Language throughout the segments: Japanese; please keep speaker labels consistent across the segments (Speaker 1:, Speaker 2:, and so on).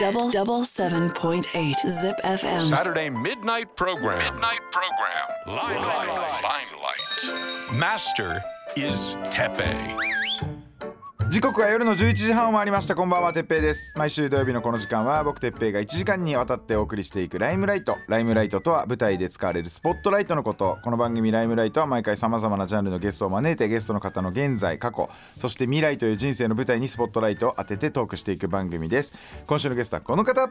Speaker 1: Double double seven point eight zip FM.
Speaker 2: Saturday midnight program. Midnight program. Limelight. Limelight. Master is Tepe.
Speaker 3: 時刻は夜の11時半を回りましたこんばんはてっぺいです毎週土曜日のこの時間は僕てっぺいが1時間にわたってお送りしていくライムライトライムライトとは舞台で使われるスポットライトのことこの番組ライムライトは毎回さまざまなジャンルのゲストを招いてゲストの方の現在過去そして未来という人生の舞台にスポットライトを当ててトークしていく番組です今週のゲストはこの方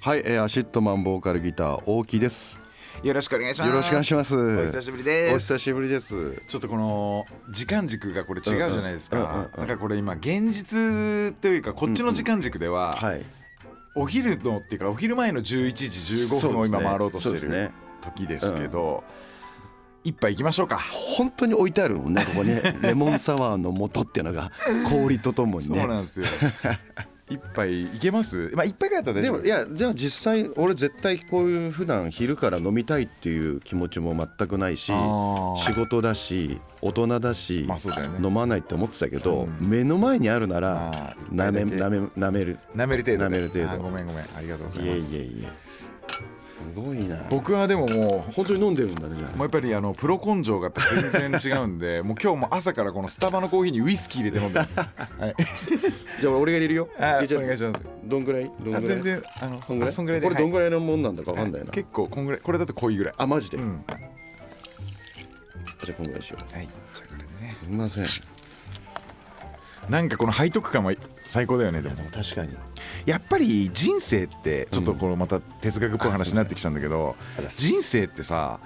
Speaker 4: はい、えー、アシットマンボーカルギター大木です。
Speaker 3: よろしくお願いします
Speaker 4: よろしくお願いします。お
Speaker 3: お久しぶりです
Speaker 4: 久しぶりです。
Speaker 3: ちょっとこの時間軸がこれ違うじゃないですかだからこれ今現実というかこっちの時間軸では、
Speaker 4: はい。
Speaker 3: お昼のっていうかお昼前の11時15分を今回ろうとし
Speaker 4: そ
Speaker 3: て
Speaker 4: うです
Speaker 3: る
Speaker 4: ね
Speaker 3: 時ですけど一杯行きましょうか
Speaker 4: 本当に置いてあるもんね、ここ ね、レモンサワーの素っていうのが氷とともに
Speaker 3: そう
Speaker 4: ね。
Speaker 3: なんです よ一杯行けますまあ一杯ぐらいだったら
Speaker 4: で
Speaker 3: 大丈
Speaker 4: も
Speaker 3: 夫
Speaker 4: いやじゃあ実際俺絶対こういう普段昼から飲みたいっていう気持ちも全くないし
Speaker 3: あー
Speaker 4: 仕事だし大人だし、
Speaker 3: まあそうだよね
Speaker 4: 飲まないって思ってたけど、目の前にあるなら
Speaker 3: あー
Speaker 4: なめ
Speaker 3: 一杯
Speaker 4: な
Speaker 3: だけ
Speaker 4: めなめる
Speaker 3: 舐める程
Speaker 4: 舐
Speaker 3: 度で
Speaker 4: める程度
Speaker 3: あごめんごめんありがとうござ
Speaker 4: い
Speaker 3: い
Speaker 4: え
Speaker 3: ま
Speaker 4: い
Speaker 3: す
Speaker 4: えいえすごいな
Speaker 3: 僕はでももう
Speaker 4: 本当に飲んでるんだねじゃあ
Speaker 3: もうやっぱりあのプロ根性がやっぱ全然違うんで もう今日も朝からこのスタバのコーヒーにウイスキー入れて飲ん でます、はい、
Speaker 4: じゃあ俺が入れるよ。
Speaker 3: あ
Speaker 4: 入れちゃう
Speaker 3: お願いします
Speaker 4: どんぐらい？どんぐら
Speaker 3: あ
Speaker 4: い？
Speaker 3: 全然あの
Speaker 4: そんぐらい。
Speaker 3: あそんぐらいで
Speaker 4: これどんぐ
Speaker 3: らい
Speaker 4: らいのもんなんだかわかんないな。
Speaker 3: 結構こんぐらいこれだと濃いぐらい
Speaker 4: あマジで。
Speaker 3: うん
Speaker 4: じゃあこんぐらいにしよう。
Speaker 3: はいじゃあこれです
Speaker 4: みません。
Speaker 3: なんかこの背徳感は最高だよねでも
Speaker 4: 確かに。
Speaker 3: やっぱり人生ってちょっとこのまた哲学っぽい話になってきちゃうんだけど、人生ってさ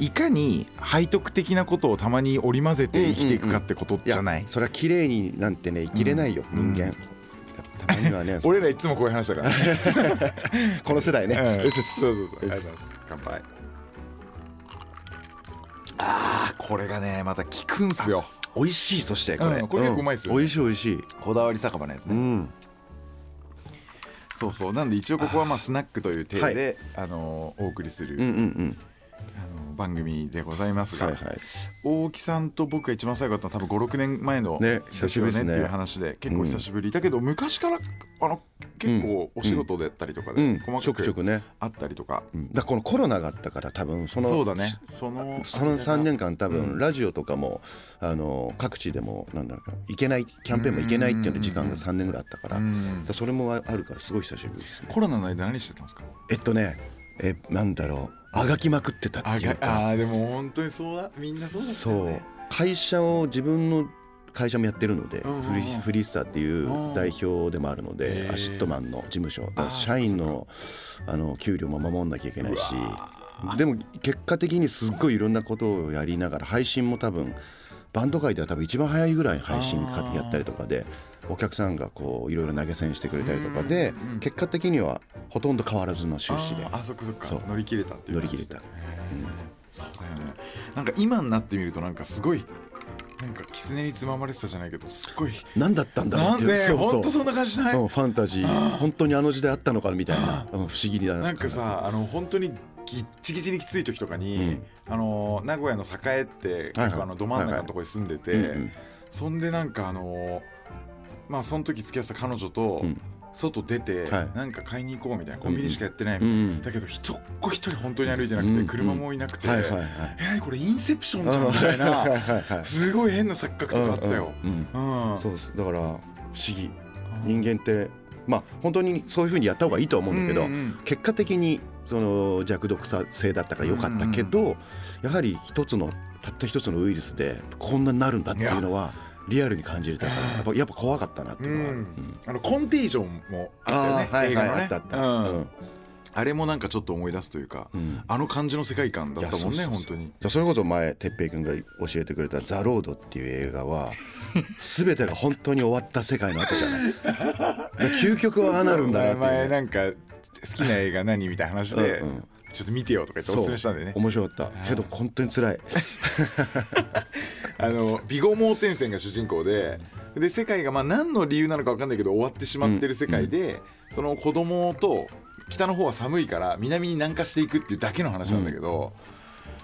Speaker 3: いかに背徳的なことをたまに織り交ぜて生きていくかってことじゃない,、
Speaker 4: それは綺麗になんてね生きれないよ、人間。たまにはね
Speaker 3: 俺らいつもこういう話だからね、
Speaker 4: この世代ね、
Speaker 3: うん、
Speaker 4: うっす
Speaker 3: そうそうそうあり
Speaker 4: うっ
Speaker 3: がとうご
Speaker 4: す
Speaker 3: ざいます乾杯あーこれがねまた効くんすよ
Speaker 4: 美味しいそしてこれ、
Speaker 3: うんこれ結構うまいっすよね
Speaker 4: 美味しい美味しい
Speaker 3: こだわり酒場のやつね、
Speaker 4: うん
Speaker 3: そうそうなんで一応ここはまあスナックという体であ、のーお送りする、
Speaker 4: うんうん
Speaker 3: あの番組でございます
Speaker 4: うん
Speaker 3: が、
Speaker 4: はいはい
Speaker 3: 大木さんと僕が一番最後だったのは多分56年前の
Speaker 4: ね
Speaker 3: で
Speaker 4: 久
Speaker 3: す
Speaker 4: し
Speaker 3: よ
Speaker 4: ぶ
Speaker 3: ね
Speaker 4: りですね
Speaker 3: っていう話で結構久しぶり、だけど昔からあの結構お仕事だったりとか
Speaker 4: う
Speaker 3: で
Speaker 4: ん
Speaker 3: 細
Speaker 4: ちょ
Speaker 3: か
Speaker 4: くちょ
Speaker 3: く
Speaker 4: くね、
Speaker 3: あったりとか、
Speaker 4: うん、だからこのコロナがあったから多分その
Speaker 3: そうだねその
Speaker 4: その3年間多
Speaker 3: う
Speaker 4: 分
Speaker 3: ん
Speaker 4: ラジオとかもあの各地でもなんだろうな行けないキャンペーンも行けないっていうの時間が3年ぐらいあったから
Speaker 3: う
Speaker 4: だか
Speaker 3: ん
Speaker 4: らそれもあるからすごい久しぶりですね
Speaker 3: コロナの間何してたんですか
Speaker 4: えっとねえなんだろうあがきまくってたっ
Speaker 3: あ
Speaker 4: ていうか
Speaker 3: あーでも本当にそうだみんなそうだったよ
Speaker 4: そう
Speaker 3: ね
Speaker 4: 会社を自分の会社もやってるので
Speaker 3: うんうん
Speaker 4: フリーフリースターっていう代表でもあるの
Speaker 3: へ
Speaker 4: で
Speaker 3: ー
Speaker 4: アシットマンの事務所だから
Speaker 3: あー
Speaker 4: 社員のあの給料も守んなきゃいけないしでも結果的にすっごいいろんなことをやりながら配信も多分バンド界では多分一番早いぐらい配信か
Speaker 3: あー
Speaker 4: やったりとかでお客さんがこういろいろ投げ銭してくれたりとかで
Speaker 3: うんうん
Speaker 4: 結果的にはほとんど変わらずの収支で
Speaker 3: あーあそっかそっか
Speaker 4: そう
Speaker 3: 乗り切れたっていう
Speaker 4: 乗り
Speaker 3: 感じ
Speaker 4: 切れた
Speaker 3: そうだよねなんか今になってみるとなんかすごいなんか狐につままれてたじゃないけどすっごい
Speaker 4: 何だったんだろう
Speaker 3: な
Speaker 4: っ
Speaker 3: ん
Speaker 4: ていう
Speaker 3: で本当そんな感じしない、
Speaker 4: うんファンタジー本当にあの時代あったのかみたいなうん不思議だな
Speaker 3: なんかさあの本当にぎっちぎちにきつい時とかに、あの名古屋の栄って
Speaker 4: はい
Speaker 3: 結構あのど真ん中のところに住んでて、
Speaker 4: うんうん
Speaker 3: そんでなんかあのまあその時付き合ってた彼女と
Speaker 4: うん
Speaker 3: 外出て、
Speaker 4: はい
Speaker 3: なんか買いに行こうみたいなコンビニしかやってないみ
Speaker 4: う
Speaker 3: たい
Speaker 4: ん
Speaker 3: な、だけど一っ子一人本当に歩いてなくて、
Speaker 4: うん
Speaker 3: 車もいなくて、
Speaker 4: はいはいはい
Speaker 3: えーこれインセプションじゃんみたいな
Speaker 4: はいはい
Speaker 3: すごい変な錯覚とかあったよ。
Speaker 4: うん
Speaker 3: うん
Speaker 4: うんそうですだから不思議人間ってまあ本当にそういうふうにやった方がいいとは思うんだけど
Speaker 3: うんうんうん
Speaker 4: 結果的にその弱毒性だったから良かったけどやはり一つのたった一つのウイルスでこんなになるんだっていうのはリアルに感じれたからやっぱやっぱ怖かったなっていうのは
Speaker 3: う
Speaker 4: うんん
Speaker 3: あのコンテージョンもあったよね
Speaker 4: あーはい
Speaker 3: 映
Speaker 4: は
Speaker 3: 画
Speaker 4: い
Speaker 3: のね
Speaker 4: あったあった
Speaker 3: うん
Speaker 4: うん
Speaker 3: あれもなんかちょっと思い出すというか、
Speaker 4: うん
Speaker 3: あの感じの世界観だったもん
Speaker 4: いや
Speaker 3: ね
Speaker 4: そうそうそう
Speaker 3: 本当に
Speaker 4: それこそ前哲平君が教えてくれた「ザ・ロード」っていう映画 は全てが本当に終わった世界の後じゃないだから究極はああなるんだなって
Speaker 3: 前
Speaker 4: いう
Speaker 3: 前なんか好きな映画何みたいな話で、
Speaker 4: うんうん
Speaker 3: ちょっと見てよとか言っておすすめしたんでね
Speaker 4: 面白かったけど本当に辛い
Speaker 3: あの美貌盲点線が主人公でで世界がまあ何の理由なのか分かんないけど終わってしまってる世界で、その子供と北の方は寒いから南に南下していくっていうだけの話なんだけど、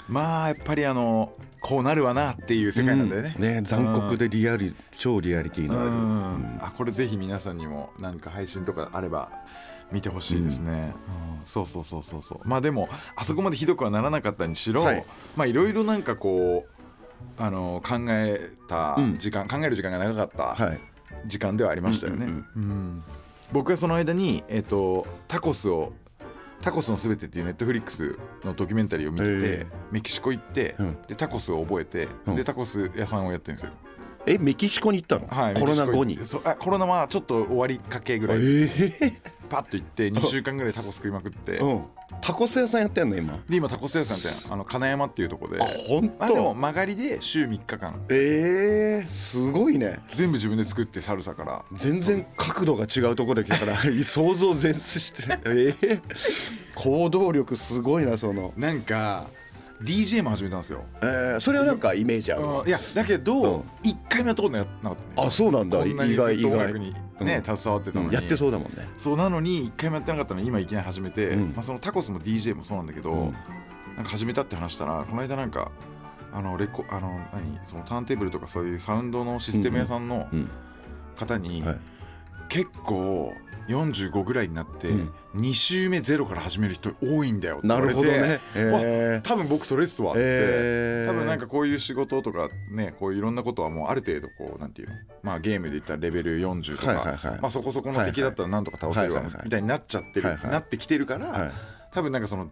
Speaker 3: まあやっぱりあのこうなるわなっていう世界なんだよね、
Speaker 4: うんね残酷でリアリ超リアリティ
Speaker 3: う
Speaker 4: のある、
Speaker 3: ん
Speaker 4: うん
Speaker 3: あこれぜひ皆さんにもなんか配信とかあれば見てほしいですね、うんそうそうそうそうそうまあでもあそこまでひどくはならなかったにしろ、
Speaker 4: はいい、
Speaker 3: まあいろいろなんかこうあの考えた時間、考える時間が長かった
Speaker 4: はい
Speaker 3: 時間ではありましたよね、
Speaker 4: う
Speaker 3: うんん
Speaker 4: うん
Speaker 3: 僕はその間に、えっとタコスを「タコスのすべて」っていうネットフリックスのドキュメンタリーを見てて、
Speaker 4: へえ
Speaker 3: メキシコ行って、
Speaker 4: うん
Speaker 3: でタコスを覚えて、
Speaker 4: うん
Speaker 3: でタコス屋さんをやってるんですよ
Speaker 4: えメキシコに行ったの、
Speaker 3: はい、
Speaker 4: コロナ後
Speaker 3: メ
Speaker 4: に
Speaker 3: キシコ行ってそうあコロナはちょっと終わりかけぐ
Speaker 4: え
Speaker 3: らい
Speaker 4: ー
Speaker 3: パッと行って2週間ぐらいタコス食いまくって、
Speaker 4: うん、タコス屋さんやってんの今
Speaker 3: で今タコス屋さんってあの金山っていうとこで
Speaker 4: あ本
Speaker 3: まあ
Speaker 4: 当、
Speaker 3: でも曲がりで週3日間
Speaker 4: えー、すごいね
Speaker 3: 全部自分で作ってサルサから
Speaker 4: 全然角度が違うところで来た から想像全然してないえー、行動力すごいなその、
Speaker 3: なんか DJ も始めたんですよ、
Speaker 4: えー、それはなんかイメージあるわ
Speaker 3: うんいやだけど、
Speaker 4: うん
Speaker 3: 一1回もやったことなかったね
Speaker 4: あそうなんだ
Speaker 3: こんなに
Speaker 4: 意
Speaker 3: ず
Speaker 4: 外
Speaker 3: っ
Speaker 4: 意
Speaker 3: と音楽
Speaker 4: 外
Speaker 3: にね、
Speaker 4: うん
Speaker 3: 携わってたのに、
Speaker 4: やってそうだもんね
Speaker 3: そうなのに1回もやってなかったのに今いきなり始めて、
Speaker 4: うん
Speaker 3: まあ、そのタコスも DJ もそうなんだけど、
Speaker 4: うん
Speaker 3: なんか始めたって話したらこの間なんかあのレコあの何そのターンテーブルとかそういうサウンドのシステム屋さんの
Speaker 4: うん
Speaker 3: 方に、
Speaker 4: はい
Speaker 3: 結構45ぐらいになって、
Speaker 4: うん
Speaker 3: 2週目ゼロから始める人多いんだよって言
Speaker 4: な
Speaker 3: われ
Speaker 4: る
Speaker 3: て
Speaker 4: ほどねえー
Speaker 3: わ多分僕それっすわっつって、
Speaker 4: えー
Speaker 3: 多分なんかこういう仕事とかねこういろんなことはもうある程度こうなんていうのまあゲームで言ったらレベル40とか、
Speaker 4: はいはいはい
Speaker 3: まあ、そこそこの敵だったらなんとか倒せるわ
Speaker 4: はいはいはい
Speaker 3: みたいになっちゃってる、
Speaker 4: はいはい
Speaker 3: なってきてるから、
Speaker 4: はい
Speaker 3: 多分なんかその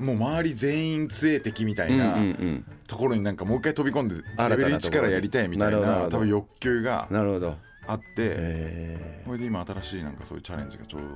Speaker 3: もう周り全員杖敵みた
Speaker 4: う
Speaker 3: い
Speaker 4: んうん
Speaker 3: な
Speaker 4: うん
Speaker 3: ところになんかもう一回飛び込んで
Speaker 4: な
Speaker 3: レベル
Speaker 4: ところ
Speaker 3: 1からやりたいみた
Speaker 4: な
Speaker 3: い
Speaker 4: るほどなる
Speaker 3: な
Speaker 4: ほど
Speaker 3: 多分欲求が
Speaker 4: なるほど
Speaker 3: あって
Speaker 4: え
Speaker 3: これで今新しいなんかそういうチャレンジがちょうど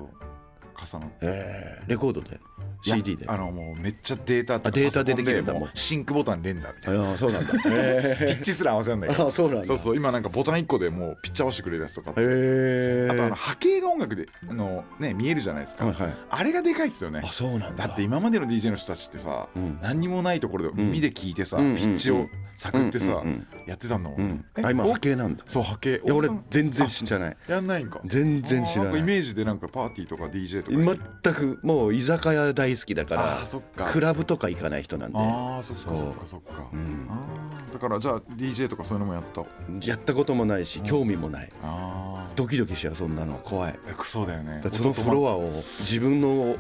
Speaker 3: 重なって。
Speaker 4: ーえーレコードで
Speaker 3: いや
Speaker 4: CD で
Speaker 3: あのもうめっちゃデータとか
Speaker 4: あデータで
Speaker 3: パソコ
Speaker 4: で
Speaker 3: ン
Speaker 4: きるんだ
Speaker 3: もう
Speaker 4: もう
Speaker 3: シンクボタン連打みたいな
Speaker 4: ああそう なんだ。へ
Speaker 3: ピッチすら合わせらんないから
Speaker 4: あ そうなんだ
Speaker 3: そうそう今なんかボタン1個でもうピッチ合わせてくれるやつとかあって
Speaker 4: え。
Speaker 3: あとあの波形が音楽であのね見えるじゃないですか、
Speaker 4: はいはい。
Speaker 3: あれがでかいですよね
Speaker 4: あそうなんだ。
Speaker 3: だって今までの DJ の人たちってさ、
Speaker 4: うん
Speaker 3: 何にもないところで耳で聞いてさ、
Speaker 4: うん
Speaker 3: ピッチを探ってさ、
Speaker 4: うんうん
Speaker 3: やってたんだもん、
Speaker 4: うん。
Speaker 3: え
Speaker 4: あ今
Speaker 3: お
Speaker 4: 波形なんだ。
Speaker 3: そう波形
Speaker 4: いや
Speaker 3: お
Speaker 4: 俺
Speaker 3: さん
Speaker 4: 全然知らない。
Speaker 3: あやんないんか
Speaker 4: 全然知らな
Speaker 3: あー
Speaker 4: ん
Speaker 3: かイ
Speaker 4: い。
Speaker 3: メージでなんかパーティーとか DJ とか
Speaker 4: 全くもう居酒屋大好きだ
Speaker 3: あ
Speaker 4: か
Speaker 3: ーそっから
Speaker 4: クラブとか行かない人なんで
Speaker 3: あーそっか
Speaker 4: そう
Speaker 3: そっかそっか、
Speaker 4: うん
Speaker 3: あーだからじゃあ DJ とかそういうのもやった
Speaker 4: やったこともないし興味もない
Speaker 3: あ
Speaker 4: ドキドキしちゃうそんなの怖い
Speaker 3: あそうだよね
Speaker 4: だってそのフロ
Speaker 3: ア
Speaker 4: アを自分の
Speaker 3: いやー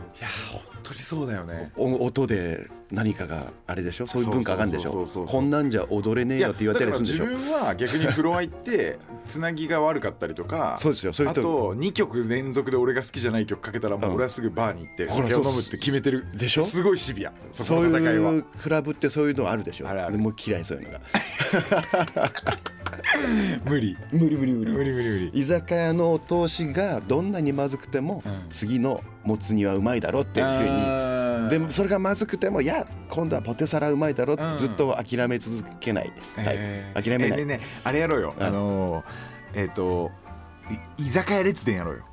Speaker 3: 本当にそうだよね
Speaker 4: お音で何かがあれでしょそういう文化があるんでし
Speaker 3: そうそう
Speaker 4: ょ
Speaker 3: そうそうそ
Speaker 4: こ
Speaker 3: う
Speaker 4: んなんじゃ踊れねえよって言われたりするんでしょ
Speaker 3: だから自分は逆にフロア行ってつなぎが悪かったりとか
Speaker 4: そうですよそういう
Speaker 3: あ
Speaker 4: 人
Speaker 3: と2曲連続で俺が好きじゃない曲かけたらもう俺はすぐバーに行って
Speaker 4: ほら
Speaker 3: 酒を飲
Speaker 4: そ
Speaker 3: む
Speaker 4: う
Speaker 3: って決めてる
Speaker 4: でしょ
Speaker 3: すごいシビアそ
Speaker 4: そ
Speaker 3: こ
Speaker 4: う
Speaker 3: の戦い
Speaker 4: い
Speaker 3: は
Speaker 4: うクラブってそういうのあるでしょ
Speaker 3: あるある
Speaker 4: もう嫌いそういうのが
Speaker 3: 無理
Speaker 4: 無理無理無
Speaker 3: 無理無理無理
Speaker 4: 居酒屋のお通しがどんなにまずくても、
Speaker 3: うん
Speaker 4: 次のもつ煮はうまいだろっていうふう
Speaker 3: あー
Speaker 4: にでもそれがまずくてもいや今度はポテサラうまいだろって
Speaker 3: うん
Speaker 4: ずっと諦め続けないタイプ、
Speaker 3: えー
Speaker 4: 諦めない、
Speaker 3: えーねねあれやろうよ
Speaker 4: うん
Speaker 3: あのーえっとい居酒屋列伝やろうよ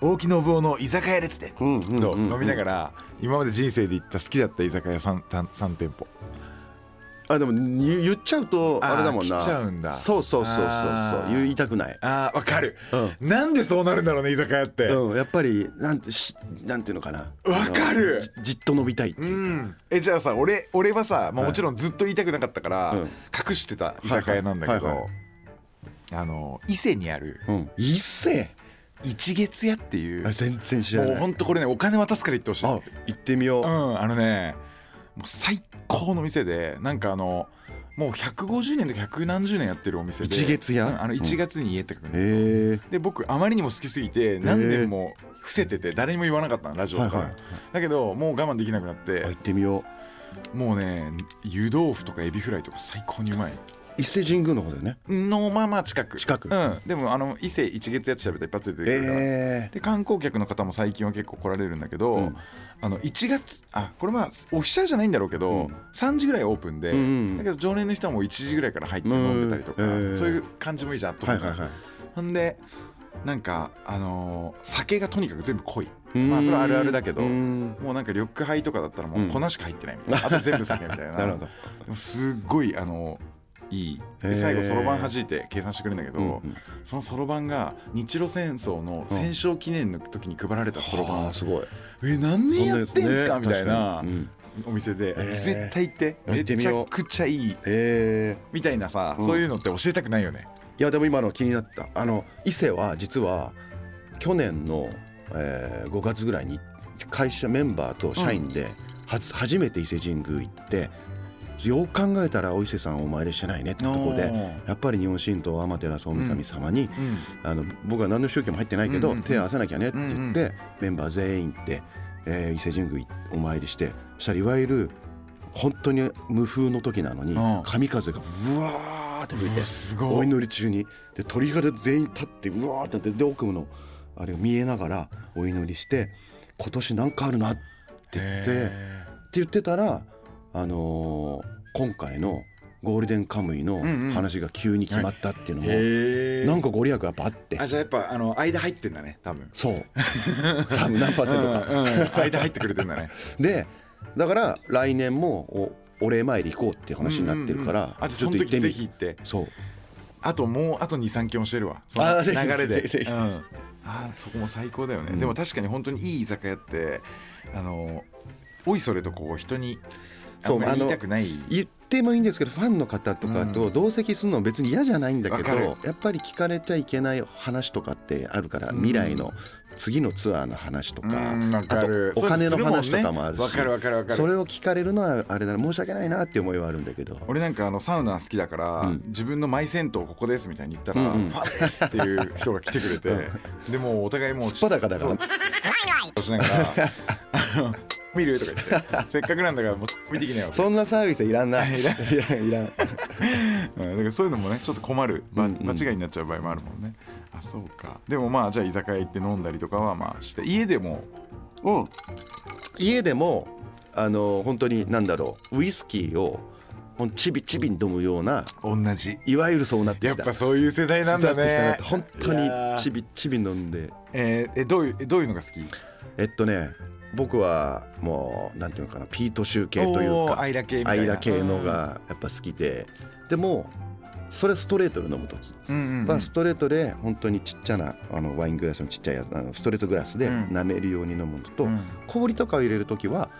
Speaker 3: 大木信夫の居酒屋列伝
Speaker 4: うんうんうん
Speaker 3: と飲みながら今まで人生で行った好きだった居酒屋 3, 3店舗
Speaker 4: あでも言言っちゃうとあれだもんな
Speaker 3: あー来ちゃうんだ
Speaker 4: そうそうそうそう
Speaker 3: あ
Speaker 4: そう
Speaker 3: ー
Speaker 4: 言いたくない
Speaker 3: あーわかる、なんでそうなるんだろうね居酒屋って
Speaker 4: うん、やっぱりなんてしなんていうのかな
Speaker 3: わかる
Speaker 4: あのじじっと伸びたいって
Speaker 3: う
Speaker 4: いう、
Speaker 3: ん、えじゃあさ俺俺はさ、まあ、もちろんずっと言いたくなかったから、
Speaker 4: うん
Speaker 3: 隠してた居酒屋なんだけど、
Speaker 4: はいはいは
Speaker 3: あの伊勢にある
Speaker 4: うん、一斉
Speaker 3: 一月屋っていう
Speaker 4: あ全然知ら
Speaker 3: もう
Speaker 4: ない
Speaker 3: ほんとこれねお金渡すから行ってほしい
Speaker 4: あ行ってみよう、
Speaker 3: うんあのねもう最高の店でなんかあのもう150年とか100何十年やってるお店で
Speaker 4: 一月屋
Speaker 3: うんあの
Speaker 4: うん
Speaker 3: 1月に家って書くの、
Speaker 4: へえ
Speaker 3: で僕あまりにも好きすぎて何年も伏せてて誰にも言わなかったのラジオとか、
Speaker 4: はいはい
Speaker 3: だけどもう我慢できなくなっ
Speaker 4: あ行
Speaker 3: て
Speaker 4: ってみよう
Speaker 3: もうね湯豆腐とかエビフライとか最高にうまい
Speaker 4: 伊勢神宮の方だよね
Speaker 3: のまあまあ近く
Speaker 4: 近く
Speaker 3: うん、でもあの伊勢一月やって喋ったら一発で出てくるから、
Speaker 4: ええ
Speaker 3: で観光客の方も最近は結構来られるんだけど、
Speaker 4: うん
Speaker 3: あの1月あこれまあオフィシャルじゃないんだろうけど、
Speaker 4: うん
Speaker 3: 3時ぐらいオープンで、
Speaker 4: うんうん
Speaker 3: だけど常連の人はもう1時ぐらいから入って
Speaker 4: うん
Speaker 3: 飲んでたりとか、
Speaker 4: えー
Speaker 3: そういう感じもいいじゃんと思
Speaker 4: は
Speaker 3: っ
Speaker 4: い
Speaker 3: て
Speaker 4: はいはい
Speaker 3: ほんでなんかあのー酒がとにかく全部濃い
Speaker 4: うん
Speaker 3: まあそれはあるあるだけど
Speaker 4: うん
Speaker 3: もうなんか緑化杯とかだったらもう粉しか入ってないみたいな、あと全部酒みたい な
Speaker 4: なるほど
Speaker 3: でもすっごいあのいい
Speaker 4: へ
Speaker 3: で
Speaker 4: ー
Speaker 3: 最後そろばん弾いて計算してくれるんだけど、
Speaker 4: うんうん
Speaker 3: そのそろばんが日露戦争の戦勝記念の時に配られたそろばん、
Speaker 4: あーすごい
Speaker 3: え何年やってんすか
Speaker 4: そん
Speaker 3: み
Speaker 4: なやつね
Speaker 3: たいな、
Speaker 4: 確かにうん
Speaker 3: お店で、
Speaker 4: えー
Speaker 3: 絶対行って
Speaker 4: 行
Speaker 3: め
Speaker 4: ってみ
Speaker 3: ち
Speaker 4: よう
Speaker 3: ゃくちゃいい
Speaker 4: え
Speaker 3: みたいなさ、
Speaker 4: うん
Speaker 3: そういうのって教えたくないよね
Speaker 4: いやでも今の気になったあの伊勢は実は去年の、えー5月ぐらいに会社メンバーと社員で、はつ初めて伊勢神宮行ってよう考えたらお伊勢さんお参りしてないねってとこで
Speaker 3: おー
Speaker 4: やっぱり日本神道天照大神様に、
Speaker 3: うん
Speaker 4: あの僕は何の宗教も入ってないけ
Speaker 3: う
Speaker 4: ど、
Speaker 3: んうんうん
Speaker 4: 手合わさなきゃねって言って、
Speaker 3: うん
Speaker 4: メンバー全員で、えー伊勢神宮お参りしてそしたらいわゆる本当に無風の時なのに
Speaker 3: うん
Speaker 4: 神風がうわーって吹いうて
Speaker 3: わすごい
Speaker 4: お祈り中にで鳥肌全員立ってうわーってなってで奥のあれを見えながらお祈りして今年なんかあるなって言ってって
Speaker 3: へ
Speaker 4: 言ってたら、あのー今回のゴールデンカムイの
Speaker 3: んうん
Speaker 4: 話が急に決まったっていうのも。
Speaker 3: え
Speaker 4: なんかご利益やっぱあって
Speaker 3: あじゃあやっぱあの間入ってんだね多分
Speaker 4: そう。多分何パーセントか。
Speaker 3: うん うん間入ってくれてんだね
Speaker 4: で、だから来年もおお礼参り行こうっていう話になってるから、
Speaker 3: うんうんうんあじゃあ
Speaker 4: ちょ
Speaker 3: そ
Speaker 4: っ
Speaker 3: の
Speaker 4: と行って
Speaker 3: 時
Speaker 4: み
Speaker 3: ぜひ行って
Speaker 4: そう。
Speaker 3: あともうあと23件教えるわそ
Speaker 4: あ
Speaker 3: の
Speaker 4: ーぜひ
Speaker 3: 流れで
Speaker 4: ぜひぜひ
Speaker 3: うんあーそこも最高だよね、
Speaker 4: うん
Speaker 3: でも確かに本当にいい居酒屋ってあのおいそれとこう人にあ
Speaker 4: そ
Speaker 3: ん
Speaker 4: う
Speaker 3: まり言い
Speaker 4: あの
Speaker 3: たくない
Speaker 4: 言ってもいいんですけど、ファンの方とか
Speaker 3: う
Speaker 4: と同席するのは別に嫌じゃないんだけど、
Speaker 3: わかる
Speaker 4: やっぱり聞かれちゃいけない話とかってあるから、
Speaker 3: うん
Speaker 4: 未来の次のツアーの話とか、
Speaker 3: うんわ
Speaker 4: あ
Speaker 3: か
Speaker 4: と
Speaker 3: る
Speaker 4: お金の話とかもあるし
Speaker 3: そう。すもんねわ、かるわかるわかる
Speaker 4: それを聞かれるのはあれだな申し訳ないなっていう思いはあるんだけど
Speaker 3: 俺なんかあのサウナ好きだから、
Speaker 4: うん
Speaker 3: 自分のマイ銭湯ここですみたいに言ったら、
Speaker 4: うんうん
Speaker 3: ファンですっていう人が来てくれて、でもうお互いもう
Speaker 4: 素っ裸だから
Speaker 3: そうしながら「あの見る?」とか言って「せっかくなんだからもう見てきなよ」
Speaker 4: そんなサービスいらんないら んいらん
Speaker 3: うんだからそういうのもねちょっと困る、ば
Speaker 4: うんうん
Speaker 3: 間違いになっちゃう場合もあるもんねあそうかでもまあじゃあ居酒屋行って飲んだりとかはまあして家でも
Speaker 4: うん、家でもあの本当に何だろうウイスキーをほんちびちびに飲むような
Speaker 3: 同じ
Speaker 4: いわゆるそうなって
Speaker 3: やっ
Speaker 4: きた
Speaker 3: ぱそういう世代なんだね
Speaker 4: そうなってきた
Speaker 3: い
Speaker 4: なって本当に
Speaker 3: やー
Speaker 4: ちびちび飲んで
Speaker 3: えーえどういうえどういうのが好き
Speaker 4: えっとね僕はもうなんていうのかなピート集系という
Speaker 3: おー
Speaker 4: か
Speaker 3: アイラ系みた
Speaker 4: ア
Speaker 3: いな
Speaker 4: イラ系のがやっぱ好きででもそれストレートで飲む時
Speaker 3: うんうんうん
Speaker 4: はストレートで本当にちっちゃなあのワイングラスのちっちゃいやつあのストレートグラスで
Speaker 3: うん
Speaker 4: 舐めるように飲むのと、
Speaker 3: うん
Speaker 4: 氷とかを入れる時は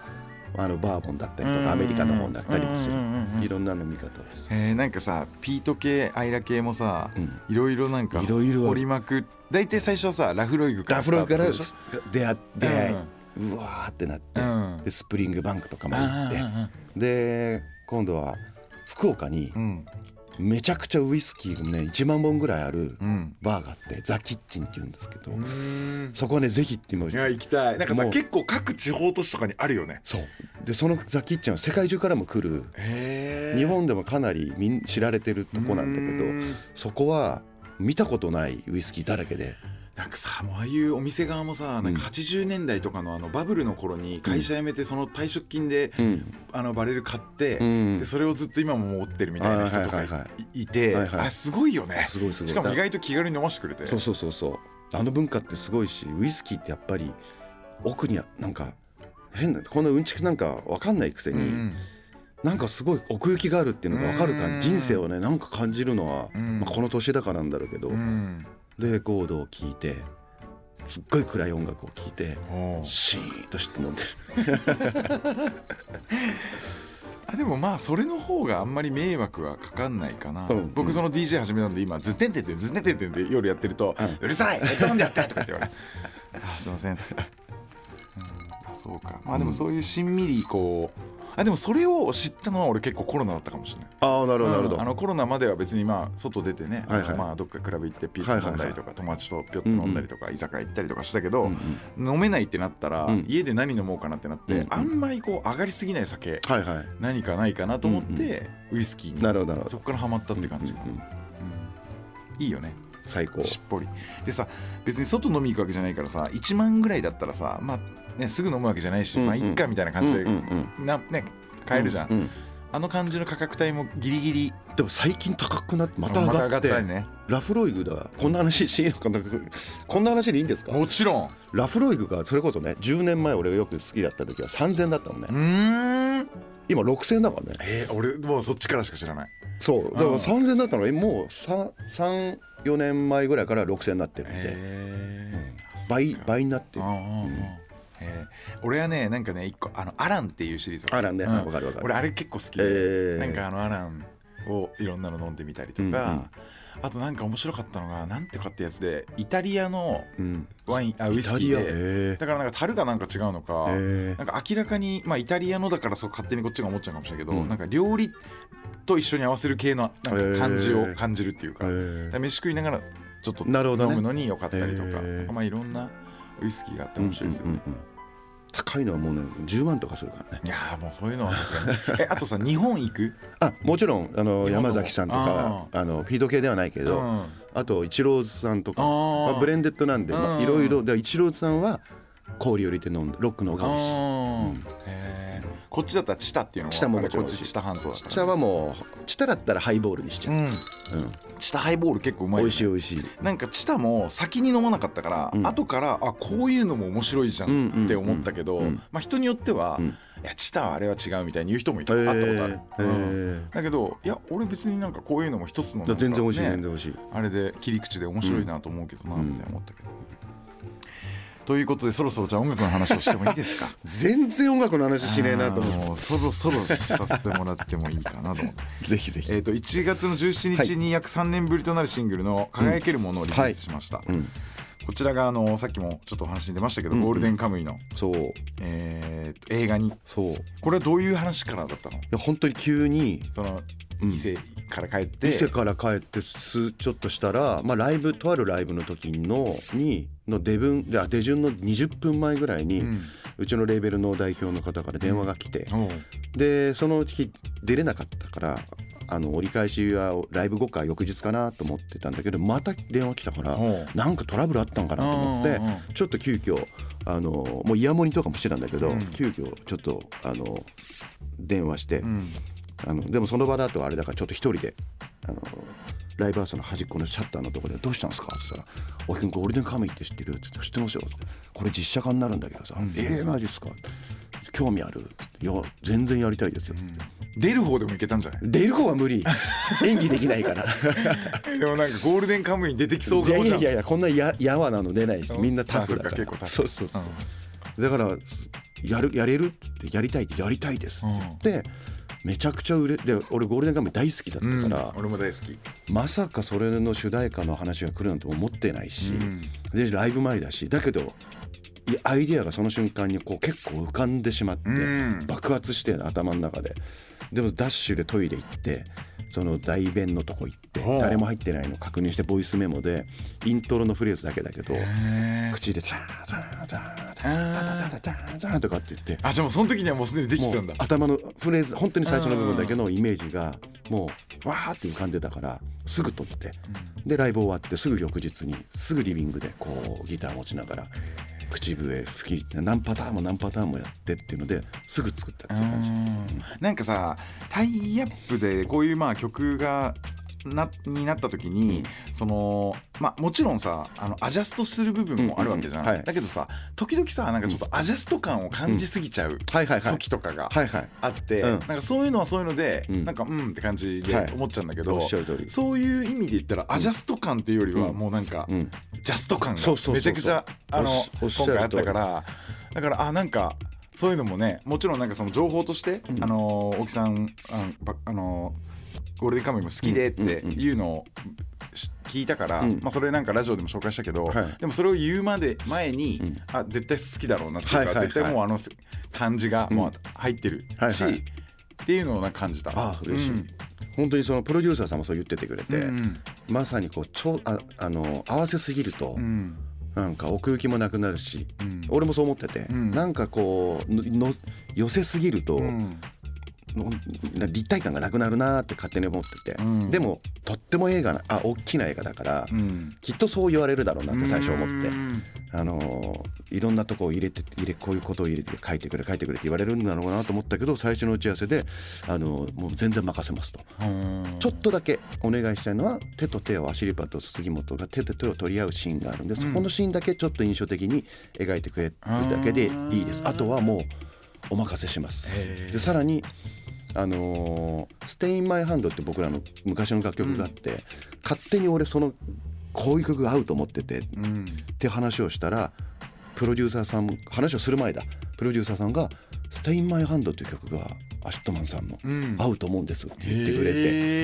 Speaker 4: あのバーボンだったりとかアメリカの本だったりもする
Speaker 3: うんうんうんうん
Speaker 4: いろんな飲み方です
Speaker 3: えーなんかさピート系アイラ系もさ、
Speaker 4: うん
Speaker 3: いろいろなんか
Speaker 4: いろいろある
Speaker 3: 掘りまく大体最初はさラフロイグか
Speaker 4: ラ
Speaker 3: ら
Speaker 4: フロイグから
Speaker 3: ス
Speaker 4: 出会って、
Speaker 3: うん
Speaker 4: うわーってなって、
Speaker 3: タート
Speaker 4: でスプリングバンクとかも行っ
Speaker 3: す
Speaker 4: て
Speaker 3: るでしょうん
Speaker 4: で今度は福岡に
Speaker 3: うん
Speaker 4: めちゃくちゃウイスキーがね1万本ぐらいある
Speaker 3: うん
Speaker 4: バーがあってザ・キッチンっていうんですけど、
Speaker 3: うんうん
Speaker 4: そこはねぜひ行ってみま
Speaker 3: い
Speaker 4: しょ
Speaker 3: や
Speaker 4: う
Speaker 3: 行きたいなんかさ
Speaker 4: もう
Speaker 3: 結構各地方都市とかにあるよね
Speaker 4: そうでそのザ・キッチンは世界中からも来る
Speaker 3: へ
Speaker 4: 日本でもかなりみん知られてるとこなんだけどそこは見たことないウイスキーだらけで
Speaker 3: なんかさもうああいうお店側もさなんか
Speaker 4: うん
Speaker 3: 80年代とかのあのバブルの頃に会社辞めてその退職金で、
Speaker 4: うん
Speaker 3: あのバレル買って、
Speaker 4: うん
Speaker 3: でそれをずっと今も持ってるみたいな人とか
Speaker 4: はい
Speaker 3: い,、
Speaker 4: はいはいはい
Speaker 3: て、
Speaker 4: はいはい
Speaker 3: あすごいよね
Speaker 4: すごいすごい
Speaker 3: しかも意外と気軽に飲ましてくれて
Speaker 4: そうそうそうそうあの文化ってすごいしウイスキーってやっぱり奥にはなんか変なこんなうんちくなんかわかんないくせに、
Speaker 3: うん
Speaker 4: なんかすごい奥行きがあるっていうのがわかる
Speaker 3: う
Speaker 4: か
Speaker 3: ん
Speaker 4: 人生をねなんか感じるのは、
Speaker 3: うん
Speaker 4: まあ、この年だからなんだろうけど、
Speaker 3: うん
Speaker 4: でレコードを聴いてすっごい暗い音楽を聴いて
Speaker 3: おう
Speaker 4: シーンとして飲んでる
Speaker 3: あでもまあそれの方があんまり迷惑はかかんないかな、
Speaker 4: うん
Speaker 3: 僕その DJ 始めたんで今「ずってんてんてんずってんてんてん」って夜やってると「うるさいヘッドホンでやって!」とか言って言われて「あすいません」とか言ってうんあそうかまあでもそういうしんみりこうあでもそれを知ったのは俺結構コロナだったかもしれない。
Speaker 4: ああなるほどなるほど、
Speaker 3: うんあのコロナまでは別にまあ外出てね、
Speaker 4: はいはい
Speaker 3: まあどっかクラブ行ってピッと飲んだりとか、友達とピョッと飲んだりとか、居酒屋行ったりとかしたけど、
Speaker 4: うん
Speaker 3: 飲めないってなったら、
Speaker 4: うん
Speaker 3: 家で何飲もうかなってなって、
Speaker 4: うんうん
Speaker 3: あんまりこう上がりすぎない酒、
Speaker 4: はいはい
Speaker 3: 何かないかなと思って、ウイスキーに
Speaker 4: なるほどなるほど
Speaker 3: そこからハマったって感じかな、
Speaker 4: うんうんうん
Speaker 3: いいよね
Speaker 4: 最高
Speaker 3: しっぽりでさ別に外飲み行くわけじゃないからさ1万ぐらいだったらさまあ、ね、すぐ飲むわけじゃないし、
Speaker 4: うんうん
Speaker 3: まあいっかみたいな感じで、
Speaker 4: うんうん
Speaker 3: なね買えるじゃん、
Speaker 4: うんうん
Speaker 3: あの感じの価格帯もギリギリ
Speaker 4: でも最近高くなってまた上がって,、
Speaker 3: たね
Speaker 4: ラフロイグだこんな話しようかなこんな話でいいんですか
Speaker 3: もちろん
Speaker 4: ラフロイグがそれこそね10年前俺がよく好きだった時は3000だったのね
Speaker 3: うーん
Speaker 4: 今6000だからね
Speaker 3: えー、俺もうそっちからしか知らない
Speaker 4: そうだか
Speaker 3: うん
Speaker 4: ら3000だったのにもう34年前ぐらいから6000になってるんで
Speaker 3: え
Speaker 4: 倍倍になって
Speaker 3: ー、
Speaker 4: る
Speaker 3: ああああへえー俺はねなんかね一個あのアランっていうシリーズ
Speaker 4: アランね
Speaker 3: うん
Speaker 4: わかるわかる
Speaker 3: 俺あれ結構好きで、
Speaker 4: えー
Speaker 3: なんかあのアランをいろんなの飲んでみたりとか、
Speaker 4: うんうん
Speaker 3: あとなんか面白かったのがなんてかってやつでイタリアの
Speaker 4: うん
Speaker 3: ワインあウイスキ
Speaker 4: イタリアへ
Speaker 3: ー
Speaker 4: ー
Speaker 3: でだからなんか樽がなんか違うのか、
Speaker 4: へー
Speaker 3: なんか明らかにまあイタリアのだからそう勝手にこっちが思っちゃうかもしれないけど、
Speaker 4: うん
Speaker 3: なんか料理と一緒に合わせる系のなんか感じ
Speaker 4: へ
Speaker 3: を
Speaker 4: ー
Speaker 3: 感じるっていうか,、
Speaker 4: へー
Speaker 3: だから飯食いながらちょっと飲
Speaker 4: なるほどね
Speaker 3: むのに良かったりとか
Speaker 4: へー
Speaker 3: なんかまあいろんなウイスキーがあって面白いですよね。
Speaker 4: うんうんうんうん高いのはもうね10万とかするからね
Speaker 3: いやーもうそういうのはさすがにえあとさ日本行く
Speaker 4: あもちろんあの
Speaker 3: 日本の
Speaker 4: 山崎さんとかあのフィード系ではないけど、
Speaker 3: うん
Speaker 4: あとイチローズさんとか
Speaker 3: あー
Speaker 4: まあブレンデッドなんで、ま
Speaker 3: うん
Speaker 4: あ、いろいろでイチローズさんは氷を入れて飲んでロックの方が美味しい
Speaker 3: うんへーこっちだったらチタっていうの
Speaker 4: チタももちろん
Speaker 3: あれこっちチタ半島だから
Speaker 4: 下はもう下だったらハイボールにしちゃう、
Speaker 3: うんチタハイボール結構うまい
Speaker 4: 美
Speaker 3: よね
Speaker 4: 味しい美味しい
Speaker 3: なんかチタも先に飲まなかったから、
Speaker 4: ん
Speaker 3: 後からあこういうのも面白いじゃ
Speaker 4: うんうんうん
Speaker 3: んって思ったけど、
Speaker 4: うん
Speaker 3: まあ、人によっては、
Speaker 4: うん
Speaker 3: いやチタはあれは違うみたいに言う人もいた、
Speaker 4: へー
Speaker 3: あったことある、う
Speaker 4: へ
Speaker 3: ん
Speaker 4: ー
Speaker 3: だけどいや俺別になんかこういうのも一つのなんか
Speaker 4: 全然美味しい、
Speaker 3: ね
Speaker 4: 全然美味しい
Speaker 3: あれで切り口で面白いなと思うけどなみたいな思ったけど、ということでそろそろじゃあ音楽の話をしてもいいですか
Speaker 4: 全然音楽の話しねえなと思っ
Speaker 3: あーもうそろそろさせてもらってもいいかなと 思って
Speaker 4: てぜひぜひ
Speaker 3: えー、と1月の17日に約3年ぶりとなるシングルの「輝けるもの」をリリースしました、
Speaker 4: ん
Speaker 3: こちらがあのさっきもちょっとお話に出ましたけど「ゴールデンカムイの」
Speaker 4: そう
Speaker 3: えーと映画に
Speaker 4: そうい
Speaker 3: これはどういう話からだったの
Speaker 4: や本当に急に
Speaker 3: その
Speaker 4: うん
Speaker 3: 伊勢から帰って、
Speaker 4: 伊勢から帰ってすちょっとしたら、まあ、ライブとあるライブの時のにの出分あ出順の20分前ぐらいに、う
Speaker 3: うん
Speaker 4: ちのレーベルの代表の方から電話が来て、
Speaker 3: おう
Speaker 4: でその日出れなかったからあの折り返しはライブ後か翌日かなと思ってたんだけどまた電話来たから
Speaker 3: ほう
Speaker 4: なんかトラブルあったんかなと思っ
Speaker 3: うん
Speaker 4: て
Speaker 3: うんうん
Speaker 4: ちょっと急遽あのもうイヤモニとかもしてたんだけど、
Speaker 3: うん
Speaker 4: 急遽ちょっとあの電話して。
Speaker 3: うん
Speaker 4: あのでもその場だとあれだからちょっと一人であのライブハウスの端っこのシャッターのところで「どうしたんですか?」って言ったら「おいくんゴールデンカムイって知ってる?」って言って「知ってますよ」ってこれ実写化になるんだけどさ「ええマジっすか?」興味ある?」って言っていや全然やりたいですよ」って
Speaker 3: 出る方でもいけたんじゃない
Speaker 4: 出る方は無 理演技できないから」
Speaker 3: えでもなんかゴールデンカムイに出てきそう
Speaker 4: い
Speaker 3: か
Speaker 4: や
Speaker 3: も
Speaker 4: い
Speaker 3: じ
Speaker 4: や
Speaker 3: ゃん
Speaker 4: いやいやこんなややわなの出ないしみんなタフだか
Speaker 3: あそっか結構タ
Speaker 4: ら
Speaker 3: フ
Speaker 4: そうそうそう、だからやるやれるって言ってやりたいってやりたいですって言って、めちゃくちゃ売れで俺ゴールデンカムイ大好きだった
Speaker 3: う
Speaker 4: か
Speaker 3: ん
Speaker 4: ら、
Speaker 3: 俺も大好き
Speaker 4: まさかそれの主題歌の話が来るなんて思ってないし、でライブ前だしだけどいやアイディアがその瞬間にこう結構浮かんでしまって、
Speaker 3: ん
Speaker 4: 爆発して頭の中ででもダッシュでトイレ行ってその大便のとこ行って
Speaker 3: ほう
Speaker 4: 誰も入ってないの確認してボイスメモでイントロのフレーズだけだけど口で「チャーチャーチャーチャータタタタチャーチャー」とかって言って
Speaker 3: あじゃあもうその時にはもうすでにでき
Speaker 4: も
Speaker 3: てたん
Speaker 4: う
Speaker 3: だ
Speaker 4: 頭のフレーズ本当に最初の部分だけのイメージがもうわーって浮かんでたからすぐ撮ってでライブ終わってすぐ翌日にすぐリビングでこうギター持ちながら口笛吹き何パターンも何パターンもやってっていうのですぐ作ったっていう感じ
Speaker 3: なんかさタイアップでこういうまあ曲がなになった時に、そのまあもちろんさあのアジャストする部分もあるわけじゃん、
Speaker 4: うんうんうんはい
Speaker 3: だけどさ時々さなんかちょっとアジャスト感を感じすぎちゃう
Speaker 4: はいはいはい
Speaker 3: 時とかが
Speaker 4: はいはい
Speaker 3: あって、
Speaker 4: うん
Speaker 3: なんかそういうのはそういうので、
Speaker 4: うん
Speaker 3: なんかうんって感じで
Speaker 4: はい
Speaker 3: 思っちゃうんだけど、
Speaker 4: おっしゃる通り
Speaker 3: そういう意味で言ったらアジャスト感っていうよりはもうなんか、
Speaker 4: うん
Speaker 3: ジャスト感が
Speaker 4: そうそうそうそう
Speaker 3: めちゃくちゃあ
Speaker 4: お
Speaker 3: の
Speaker 4: っしおっしゃる
Speaker 3: 今回あったからだからあなんかそういうのもねもちろんなんかその情報として、あの大木さんあのばあのゴールデンカムイも好きでっていうのをし聞いたから、
Speaker 4: ん
Speaker 3: まあ、それなんかラジオでも紹介したけど、
Speaker 4: はい
Speaker 3: でもそれを言うまで前に、あ絶対好きだろうなっていうか、
Speaker 4: はいはいはい
Speaker 3: 絶対もうあの感じがもう入ってる
Speaker 4: はい
Speaker 3: し、
Speaker 4: はい
Speaker 3: っていうのをなんか感じた。
Speaker 4: ああ嬉しい、
Speaker 3: うん
Speaker 4: 本当にそのプロデューサーさんもそう言っててくれて、
Speaker 3: うん
Speaker 4: まさにこうちょああの合わせすぎると、
Speaker 3: うん
Speaker 4: なんか奥行きもなくなるし、
Speaker 3: ん
Speaker 4: 俺もそう思ってて、
Speaker 3: ん
Speaker 4: なんかこうのの寄せすぎると、
Speaker 3: うん
Speaker 4: の立体感がなくなるなーって勝手に思ってて、
Speaker 3: ん
Speaker 4: でもとっても映画なあ大きな映画だから、
Speaker 3: うん
Speaker 4: きっとそう言われるだろうなって最初思って。
Speaker 3: うん
Speaker 4: あのーいろんなとこを入れて入れこういうことを入れて書いてくれ書いてくれって言われるんだろうなと思ったけど最初の打ち合わせで、あのーもう全然任せますと、
Speaker 3: うん
Speaker 4: ちょっとだけお願いしたいのは手と手をアシリパと杉本が手と手を取り合うシーンがあるんで、そこのシーンだけちょっと印象的に描いてくれるだけでいいですあとはもうお任せします
Speaker 3: へー
Speaker 4: でさらにあのーステインマイハンドって僕らの昔の楽曲があって、勝手に俺そのこういう曲が合うと思っててっ
Speaker 3: うん
Speaker 4: て話をしたらプロデューサーさん話をする前だプロデューサーさんが「ステイン・マイ・ハンド」という曲がアシットマンさんの
Speaker 3: ん
Speaker 4: 合うと思うんですって言ってくれ
Speaker 3: へ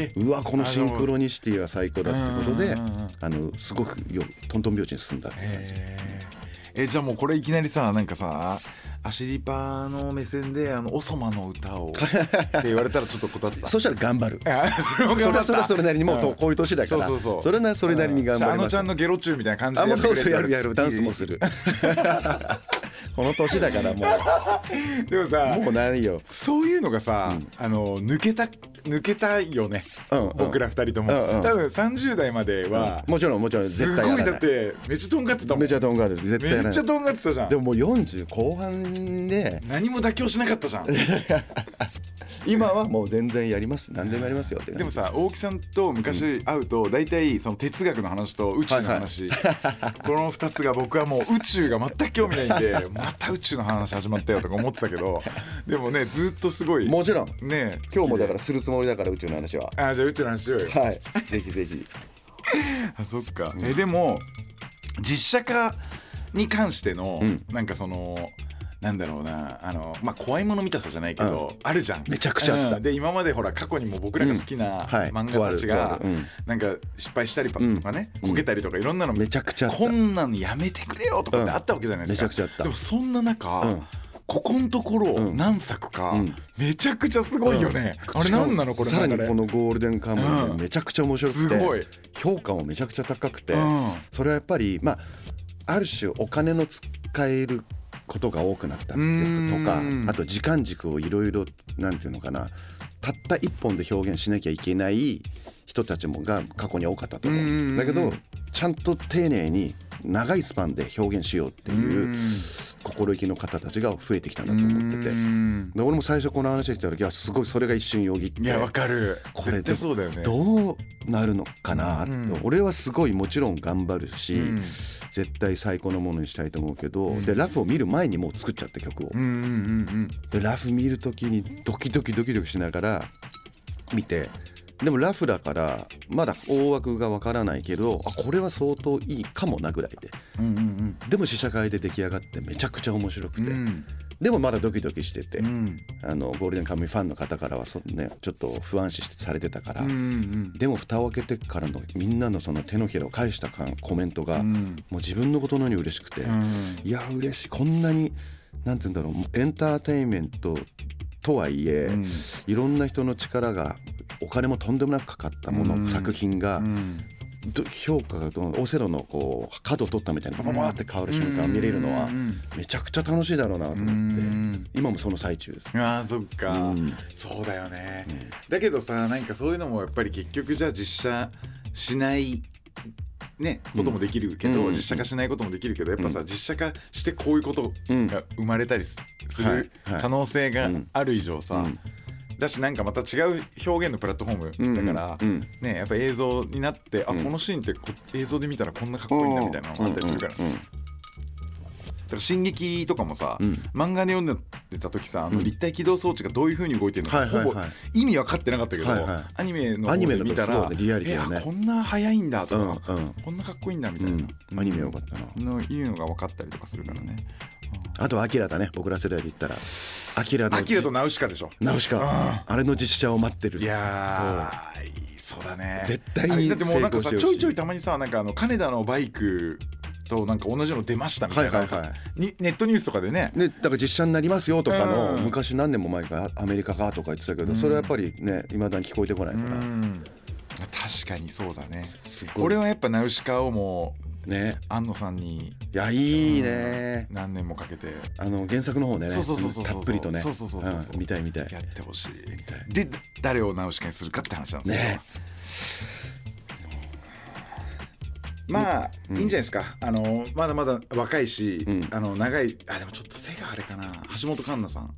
Speaker 4: て、
Speaker 3: ー
Speaker 4: うわこのシンクロニシティは最高だってことで
Speaker 3: うんうんうんうん
Speaker 4: あのすごくよトントン拍子に進んだっていう感じ
Speaker 3: えじゃあもうこれいきなりさなんかさアシリパの目線であの「おそまの歌を」って言われたらちょっとこたつだ
Speaker 4: そしたら頑張る
Speaker 3: あそれも
Speaker 4: そ
Speaker 3: 頑
Speaker 4: れは
Speaker 3: 張った
Speaker 4: それはそれなりにもうとこういう年だから
Speaker 3: そうそうそう
Speaker 4: それなそれなりに頑張
Speaker 3: あ
Speaker 4: り
Speaker 3: の
Speaker 4: まし
Speaker 3: ちゃ
Speaker 4: た
Speaker 3: んのゲロチューみたいな感じ
Speaker 4: あ
Speaker 3: で
Speaker 4: も
Speaker 3: や
Speaker 4: う
Speaker 3: ってくれ
Speaker 4: そうやるやるダンスもするこの年だからも
Speaker 3: でもさ
Speaker 4: うもうないよ
Speaker 3: そういうのがさ、あの抜けた抜けたいよね、
Speaker 4: うんうん
Speaker 3: 僕ら二人とも、
Speaker 4: うんうん
Speaker 3: 多分30代までは、
Speaker 4: もちろんもちろん絶
Speaker 3: す
Speaker 4: 対や
Speaker 3: ごい
Speaker 4: ら
Speaker 3: だ
Speaker 4: な
Speaker 3: っ
Speaker 4: い
Speaker 3: てめっちゃとんがってたもん
Speaker 4: めちゃとんがる絶対や
Speaker 3: め
Speaker 4: ら
Speaker 3: っ
Speaker 4: な
Speaker 3: ちゃ
Speaker 4: い
Speaker 3: とんがってたじゃん
Speaker 4: でももう40後半で
Speaker 3: 何も妥協しなかったじゃん
Speaker 4: 今はもう全然やります何でもやりますよって
Speaker 3: でもさ大木さんと昔会うと大体その哲学の話と宇宙の話、この2つが僕はもう宇宙が全く興味ないん でまた宇宙の話始まったよとか思ってたけどでもねずっとすごい
Speaker 4: もちろん
Speaker 3: ね
Speaker 4: 今日もだからするつもりだから宇宙の話は
Speaker 3: らあじゃあ宇宙の話しようよ
Speaker 4: はいぜひぜひ
Speaker 3: あそっか、えでも実写化に関しての、なんかそのなんだろうなあの、まあ、怖いもの見たさじゃないけど、あるじゃん
Speaker 4: めちゃくちゃあった
Speaker 3: うんで今までほら過去にも僕らが好きな、
Speaker 4: うんはい
Speaker 3: 漫画たち
Speaker 4: とあ
Speaker 3: が、
Speaker 4: るとあるうん
Speaker 3: なんか失敗したりとかね、こけたりとかいろんなの
Speaker 4: めちゃくちゃあった
Speaker 3: こんなのやめてくれよとかってあったわけじゃないですか、
Speaker 4: うんめちゃくちゃあった
Speaker 3: でもそんな中、
Speaker 4: うん
Speaker 3: ここのところ何作か、
Speaker 4: ん
Speaker 3: めちゃくちゃすごいよね、あれ何なのこれ
Speaker 4: さらに
Speaker 3: 流れ
Speaker 4: このゴールデンカムイ
Speaker 3: うん
Speaker 4: でめちゃくちゃ面白くて、
Speaker 3: すごい
Speaker 4: 評価もめちゃくちゃ高くて、
Speaker 3: うん
Speaker 4: それはやっぱりまあある種お金の使えることが多くなったっていうこと
Speaker 3: う
Speaker 4: か
Speaker 3: ーん
Speaker 4: あと時間軸をいろいろなんていうのかなたった一本で表現しなきゃいけない人たちもが過去に多かったと思う
Speaker 3: うんうんうん
Speaker 4: だけどちゃんと丁寧に長いスパンで表現しようっていう心意気の方たちが増えてきたんだと思ってて。
Speaker 3: うん
Speaker 4: で俺も最初この話が来た時はすごいそれが一瞬よぎって
Speaker 3: いやわかる
Speaker 4: これ
Speaker 3: 絶
Speaker 4: で
Speaker 3: 対
Speaker 4: も
Speaker 3: そうだよね
Speaker 4: どうなるのかなって、
Speaker 3: うん
Speaker 4: 俺はすごいもちろん頑張るし、
Speaker 3: うん
Speaker 4: 絶対最高のものにしたいと思うけど、でラフを見る前にもう作っちゃった曲を、
Speaker 3: うんうんうん
Speaker 4: でラフ見る時にドキドキドキドキしながら見てでもラフだからまだ大枠がわからないけどあこれは相当いいかもなぐらいで
Speaker 3: うんうんうん
Speaker 4: でも試写会で出来上がってめちゃくちゃ面白く
Speaker 3: う
Speaker 4: て、
Speaker 3: ん
Speaker 4: でもまだドキドキしてて、
Speaker 3: うん
Speaker 4: あのゴールデンカムイファンの方からはそ、ね、ちょっと不安視してされてたから。
Speaker 3: うんうん
Speaker 4: でも蓋を開けてからのみんなのその手のひらを返した感コメントが、
Speaker 3: うん
Speaker 4: もう自分のことのように嬉しくて、
Speaker 3: うん
Speaker 4: いや嬉しいこんなになんて言うんだろうエンターテインメントとはいえ、
Speaker 3: うん
Speaker 4: いろんな人の力がお金もとんでもなくかかったもの、
Speaker 3: うん
Speaker 4: 作品が、
Speaker 3: うん
Speaker 4: ど評価がどんオセロのこう角を取ったみたいにバババーって変わる瞬間を見れるのは、
Speaker 3: うん
Speaker 4: めちゃくちゃ楽しいだろうなと思って、
Speaker 3: うん
Speaker 4: 今もその最中です。
Speaker 3: あーそっか、
Speaker 4: うん
Speaker 3: そうだよね、だけどさなんかそういうのもやっぱり結局じゃあ実写しないねこともできるけど、
Speaker 4: うん
Speaker 3: 実写化しないこともできるけどやっぱさ、実写化してこういうこと
Speaker 4: うん
Speaker 3: が生まれたりすする
Speaker 4: はいはい
Speaker 3: 可能性が
Speaker 4: うん
Speaker 3: ある以上さ、
Speaker 4: うん
Speaker 3: だしなんかまた違う表現のプラットフォームだから、
Speaker 4: うんうん
Speaker 3: ねやっぱ映像になって、あこのシーンってこ映像で見たらこんなかっこいいんだみたいなのがあったりするから、
Speaker 4: うんうん
Speaker 3: だから進撃とかもさ、
Speaker 4: ん
Speaker 3: 漫画で読んでた時さあの立体起動装置がどういうふうに動いてるのか、
Speaker 4: はいはいはい
Speaker 3: ほぼ意味分かってなかったけど、
Speaker 4: はいはい
Speaker 3: アニメの
Speaker 4: ア
Speaker 3: 方
Speaker 4: ニメ
Speaker 3: で
Speaker 4: だと
Speaker 3: 見た
Speaker 4: そう
Speaker 3: ら、
Speaker 4: だねリアリティだね
Speaker 3: えあこんな速いんだとか、
Speaker 4: うんうん
Speaker 3: こんなかっこいいんだみた
Speaker 4: う
Speaker 3: い
Speaker 4: ん
Speaker 3: な、
Speaker 4: アニメよかったな、
Speaker 3: のいうのが分かったりとかするからね。
Speaker 4: あとアキラだね僕ら世代で言ったらアキラの
Speaker 3: アキラとナウシカでしょ
Speaker 4: ナウシカあれの実写を待ってる
Speaker 3: いやーそうだね
Speaker 4: 絶対に
Speaker 3: あれだってもうなんかさ
Speaker 4: 成功してほしい
Speaker 3: ちょいちょいたまにさなんかあの金田のバイクとなんか同じの出ましたみたいな、
Speaker 4: はいはいはい
Speaker 3: にネットニュースとかでね
Speaker 4: ね、だから実写になりますよとかの、
Speaker 3: うん
Speaker 4: 昔何年も前からアメリカかとか言ってたけど、それはやっぱりねいまだに聞こえてこないから、
Speaker 3: うん確かにそうだね
Speaker 4: ごい
Speaker 3: 俺はやっぱナウシカをもう
Speaker 4: ね
Speaker 3: 安野さんに
Speaker 4: いやいいね、
Speaker 3: 何年もかけて
Speaker 4: あの原作の方ね
Speaker 3: そうそうそうそうそう
Speaker 4: たっぷりとね
Speaker 3: そうそうそうそうそうん
Speaker 4: 見たい見たい
Speaker 3: やってほし
Speaker 4: たい
Speaker 3: いで誰をナウシカにするかって話なんですけど、
Speaker 4: ね
Speaker 3: まあ、いいんじゃないですかあのまだまだ若いし、
Speaker 4: ん
Speaker 3: あの長いあでもちょっと背があれかな橋本環奈さん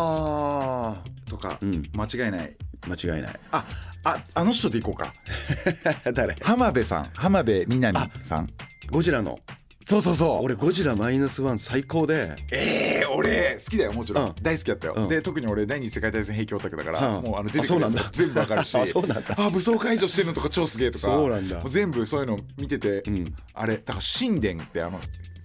Speaker 4: あ
Speaker 3: とか、
Speaker 4: ん
Speaker 3: 間違いない
Speaker 4: ー間違いない
Speaker 3: あああの人でいこうか
Speaker 4: 誰
Speaker 3: 浜辺さん浜辺美波さん
Speaker 4: ゴジラの
Speaker 3: そうそうそう
Speaker 4: 俺ゴジラマイナスワン最高で
Speaker 3: えー、俺好きだよもちろん、
Speaker 4: うん
Speaker 3: 大好きだったよ、
Speaker 4: うん
Speaker 3: で特に俺第二次世界大戦兵器オタクだから、
Speaker 4: うん
Speaker 3: もうあの出
Speaker 4: あ
Speaker 3: てくるやつ
Speaker 4: そうなんだ
Speaker 3: 全部わかるし
Speaker 4: あそうなんだ
Speaker 3: あ武装解除してるのとか超すげえとか
Speaker 4: そうなんだ
Speaker 3: も全部そういうの見てて、
Speaker 4: ん
Speaker 3: あれだから神殿ってあの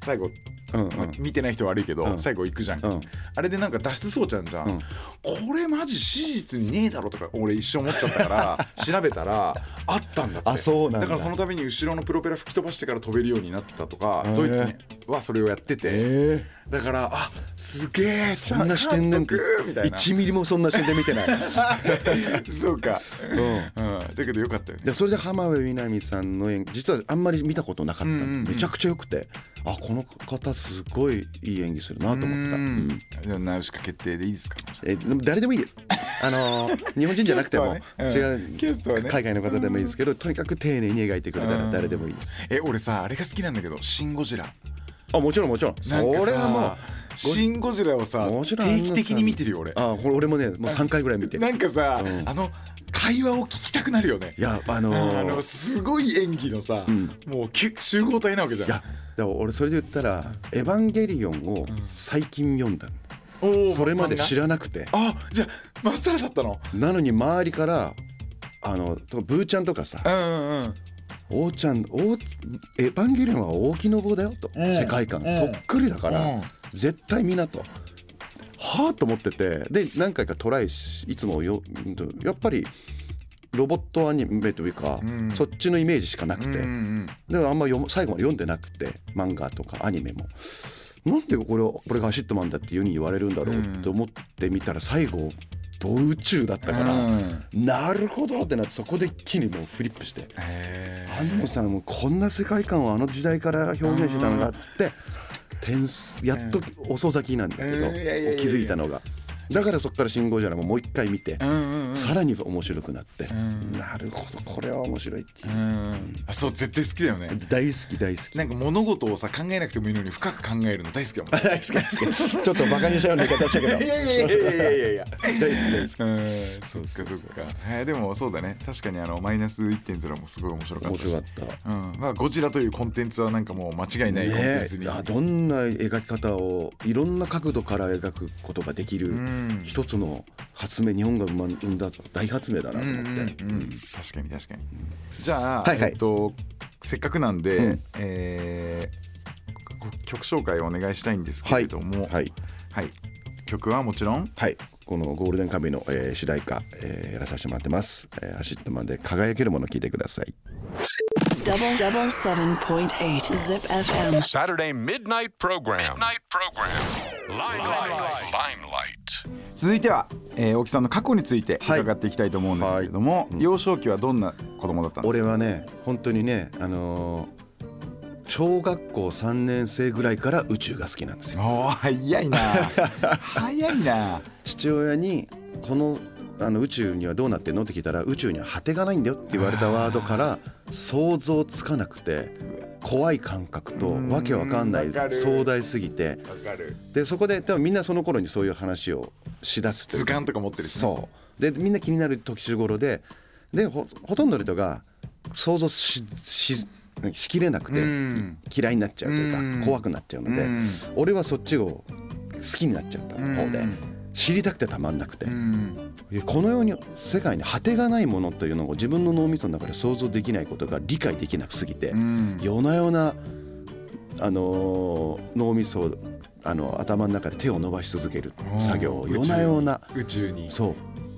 Speaker 3: 最後
Speaker 4: うんうん
Speaker 3: まあ見てない人悪いけど、
Speaker 4: うん
Speaker 3: 最後行くじゃん、
Speaker 4: うん
Speaker 3: あれでなんか脱出そうちゃんじゃん、
Speaker 4: うん
Speaker 3: これマジ史実にねえだろとか俺一生思っちゃったから 調べたらあったんだって
Speaker 4: あそうなんだ
Speaker 3: だからそのために後ろのプロペラ吹き飛ばしてから飛べるようになったとか、
Speaker 4: へえ
Speaker 3: ドイツにはそれをやってて、
Speaker 4: え
Speaker 3: だからあすげえ
Speaker 4: そんな視点なんて
Speaker 3: 監督みたいな
Speaker 4: 1ミリもそんな視点で見て ない
Speaker 3: そうか、うんだけどよかったよね
Speaker 4: でそれで浜辺美波さんの演技実はあんまり見たことなかったの、
Speaker 3: うんうんうん
Speaker 4: めちゃくちゃ良くてあこの方すごいいい演技するなと思ってた、うん
Speaker 3: でもナウシカ決定でいいですか
Speaker 4: えでも誰でもいいですあの ー日本人じゃなくても、
Speaker 3: ゲストはね
Speaker 4: 違
Speaker 3: うんゲストは
Speaker 4: う、
Speaker 3: ね
Speaker 4: 海外の方でもいいですけどとにかく丁寧に描いてくれたら誰でもいいです、
Speaker 3: え俺さあれが好きなんだけど「シン・ゴジラ」
Speaker 4: あもちろんもちろんそ
Speaker 3: なんかさ
Speaker 4: れはもう
Speaker 3: シン・ゴジラ」をさ
Speaker 4: もちろん
Speaker 3: 定期的に見てるよ俺
Speaker 4: あこれ俺もねもう3回ぐらい見てる
Speaker 3: なんかさ、
Speaker 4: うん
Speaker 3: あの会話を聞きたくなるよね
Speaker 4: いやあのー
Speaker 3: あのすごい演技のさ、
Speaker 4: ん
Speaker 3: もうきゅ集合体なわけじゃん
Speaker 4: いやでも俺それで言ったら「エヴァンゲリオン」を最近読んだの、
Speaker 3: おー
Speaker 4: それまで知
Speaker 3: 漫
Speaker 4: らなくて
Speaker 3: 画あじゃあまっさらだったの
Speaker 4: なのに周りからあのとブーちゃんとかさ
Speaker 3: うんうんうん
Speaker 4: 「王ちゃん王エヴァンゲリオンは大木の棒だよ」と、
Speaker 3: うん
Speaker 4: 世界観、
Speaker 3: うん
Speaker 4: そっくりだから、
Speaker 3: うん
Speaker 4: 絶対見なと。はあと思っててで何回かトライしいつもようんとやっぱりロボットアニメというか、
Speaker 3: うん
Speaker 4: そっちのイメージしかなく
Speaker 3: う
Speaker 4: て、
Speaker 3: んうん
Speaker 4: でもあんま読む最後まで読んでなくて漫画とかアニメもなんでこれをこれがアシットマンだって世に言われるんだろうって思ってみたら最後ド宇宙だったから、
Speaker 3: うん
Speaker 4: なるほどってなってそこで一気にもうフリップして
Speaker 3: へ
Speaker 4: 安野さんもうこんな世界観をあの時代から表現してたのかっつって天すやっと遅咲きなんだけど
Speaker 3: うんいやいやいやいや
Speaker 4: 気づいたのがだからそこから「信号じゃない」もう一回見て
Speaker 3: えうんうんうん
Speaker 4: さらに面白くなって
Speaker 3: ん
Speaker 4: なるほどこれは面白いっていううん
Speaker 3: あそう絶対好きだよね
Speaker 4: 大好き大好き
Speaker 3: なんか物事をさ考えなくてもいいのに深く考えるの大好きだもん
Speaker 4: 大好きですけどちょっとバカにしたような言い方したけど
Speaker 3: いやいやいやいやいやいやいや
Speaker 4: 大好き大好き
Speaker 3: うんそっかそっかえーでもそうだね確かにあのマイナス1.0もすごい面白かった
Speaker 4: 面
Speaker 3: し
Speaker 4: 白かった
Speaker 3: うんまあ、ゴジラというコンテンツはなんかもう間違いないコンテン
Speaker 4: ね
Speaker 3: ツに、
Speaker 4: えあどんな描き方をいろんな角度から描くことができる
Speaker 3: ん
Speaker 4: 一つの発明日本が生ま生んだ大発明だなと
Speaker 3: うん
Speaker 4: 思っ
Speaker 3: う
Speaker 4: て、
Speaker 3: んうん、確かに確かにじゃあ、
Speaker 4: はいはい
Speaker 3: えっと、せっかくなんで、
Speaker 4: うん
Speaker 3: えーこ曲紹介をお願いしたいんですけれども、はい
Speaker 4: はい
Speaker 3: 曲はもちろん
Speaker 4: はいこのゴールデンカムイの、えー主題歌、えーやらさせてもらってます、えーアシットマンで輝けるもの聞いてください
Speaker 1: Double double seven point eight zip FM.
Speaker 2: Saturday midnight program. Midnight program. Limelight. Limelight.
Speaker 3: 続いては、えー、大木さんの過去について
Speaker 4: はい
Speaker 3: 伺っていきたいと思うんですけれども、幼少期はどんな子供だったんです
Speaker 4: 俺
Speaker 3: か
Speaker 4: はね本当にねあのー小学校3年生ぐらいから宇宙が好きなんですよ
Speaker 3: おー早いな早いな
Speaker 4: 父親にこのあの宇宙にはどうなってんのって聞いたら宇宙には果てがないんだよって言われたワードから想像つかなくて怖い感覚とわけわかんな
Speaker 3: う
Speaker 4: い
Speaker 3: んわかる
Speaker 4: 壮大すぎて
Speaker 3: わかる
Speaker 4: でそこで多分みんなその頃にそういう話をしだすという
Speaker 3: 図鑑とか持ってるしね
Speaker 4: そうでみんな気になる時中頃ででほほとんどの人が想像しししきれなくて
Speaker 3: うん
Speaker 4: 嫌いになっちゃうという
Speaker 3: うん
Speaker 4: か怖くなっちゃうので
Speaker 3: うん
Speaker 4: 俺はそっちを好きになっちゃった方で
Speaker 3: うん
Speaker 4: 知りたくてたまんなくて
Speaker 3: うん
Speaker 4: このように世界に果てがないものというのを自分の脳みその中で想像できないことが理解できなくすぎて
Speaker 3: うん
Speaker 4: 夜な夜な、あのー脳みそをあの頭の中で手を伸ばし続ける作業を
Speaker 3: うん宇
Speaker 4: 夜
Speaker 3: 宙
Speaker 4: な夜な
Speaker 3: 宇宙に
Speaker 4: そう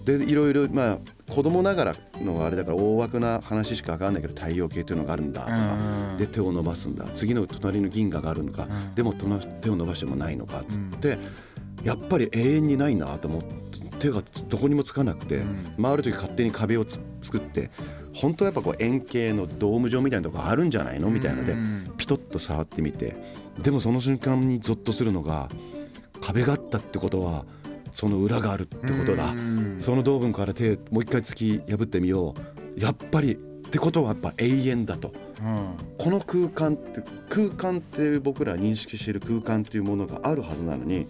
Speaker 4: でいろいろまあ子供ながらのあれだから大枠な話しか分かんないけど太陽系というのがあるんだと
Speaker 3: う
Speaker 4: か
Speaker 3: ん
Speaker 4: で手を伸ばすんだ次の隣の銀河があるのか
Speaker 3: うん
Speaker 4: でもとな手を伸ばしてもないのかっつってやっぱり永遠にないなと思って手がどこにもつかなくて
Speaker 3: ん
Speaker 4: 回る時勝手に壁をつ作って本当はやっぱこう円形のドーム状みたいなとこあるんじゃないのみたいので
Speaker 3: うん
Speaker 4: ピトッと触ってみてでもその瞬間にゾッとするのが壁があったってことはその裏があるってことだ。
Speaker 3: うん
Speaker 4: その道分から手もう一回突き破ってみようやっぱりってことはやっぱ永遠だと
Speaker 3: うん
Speaker 4: この空間って空間って僕ら認識している空間っていうものがあるはずなのに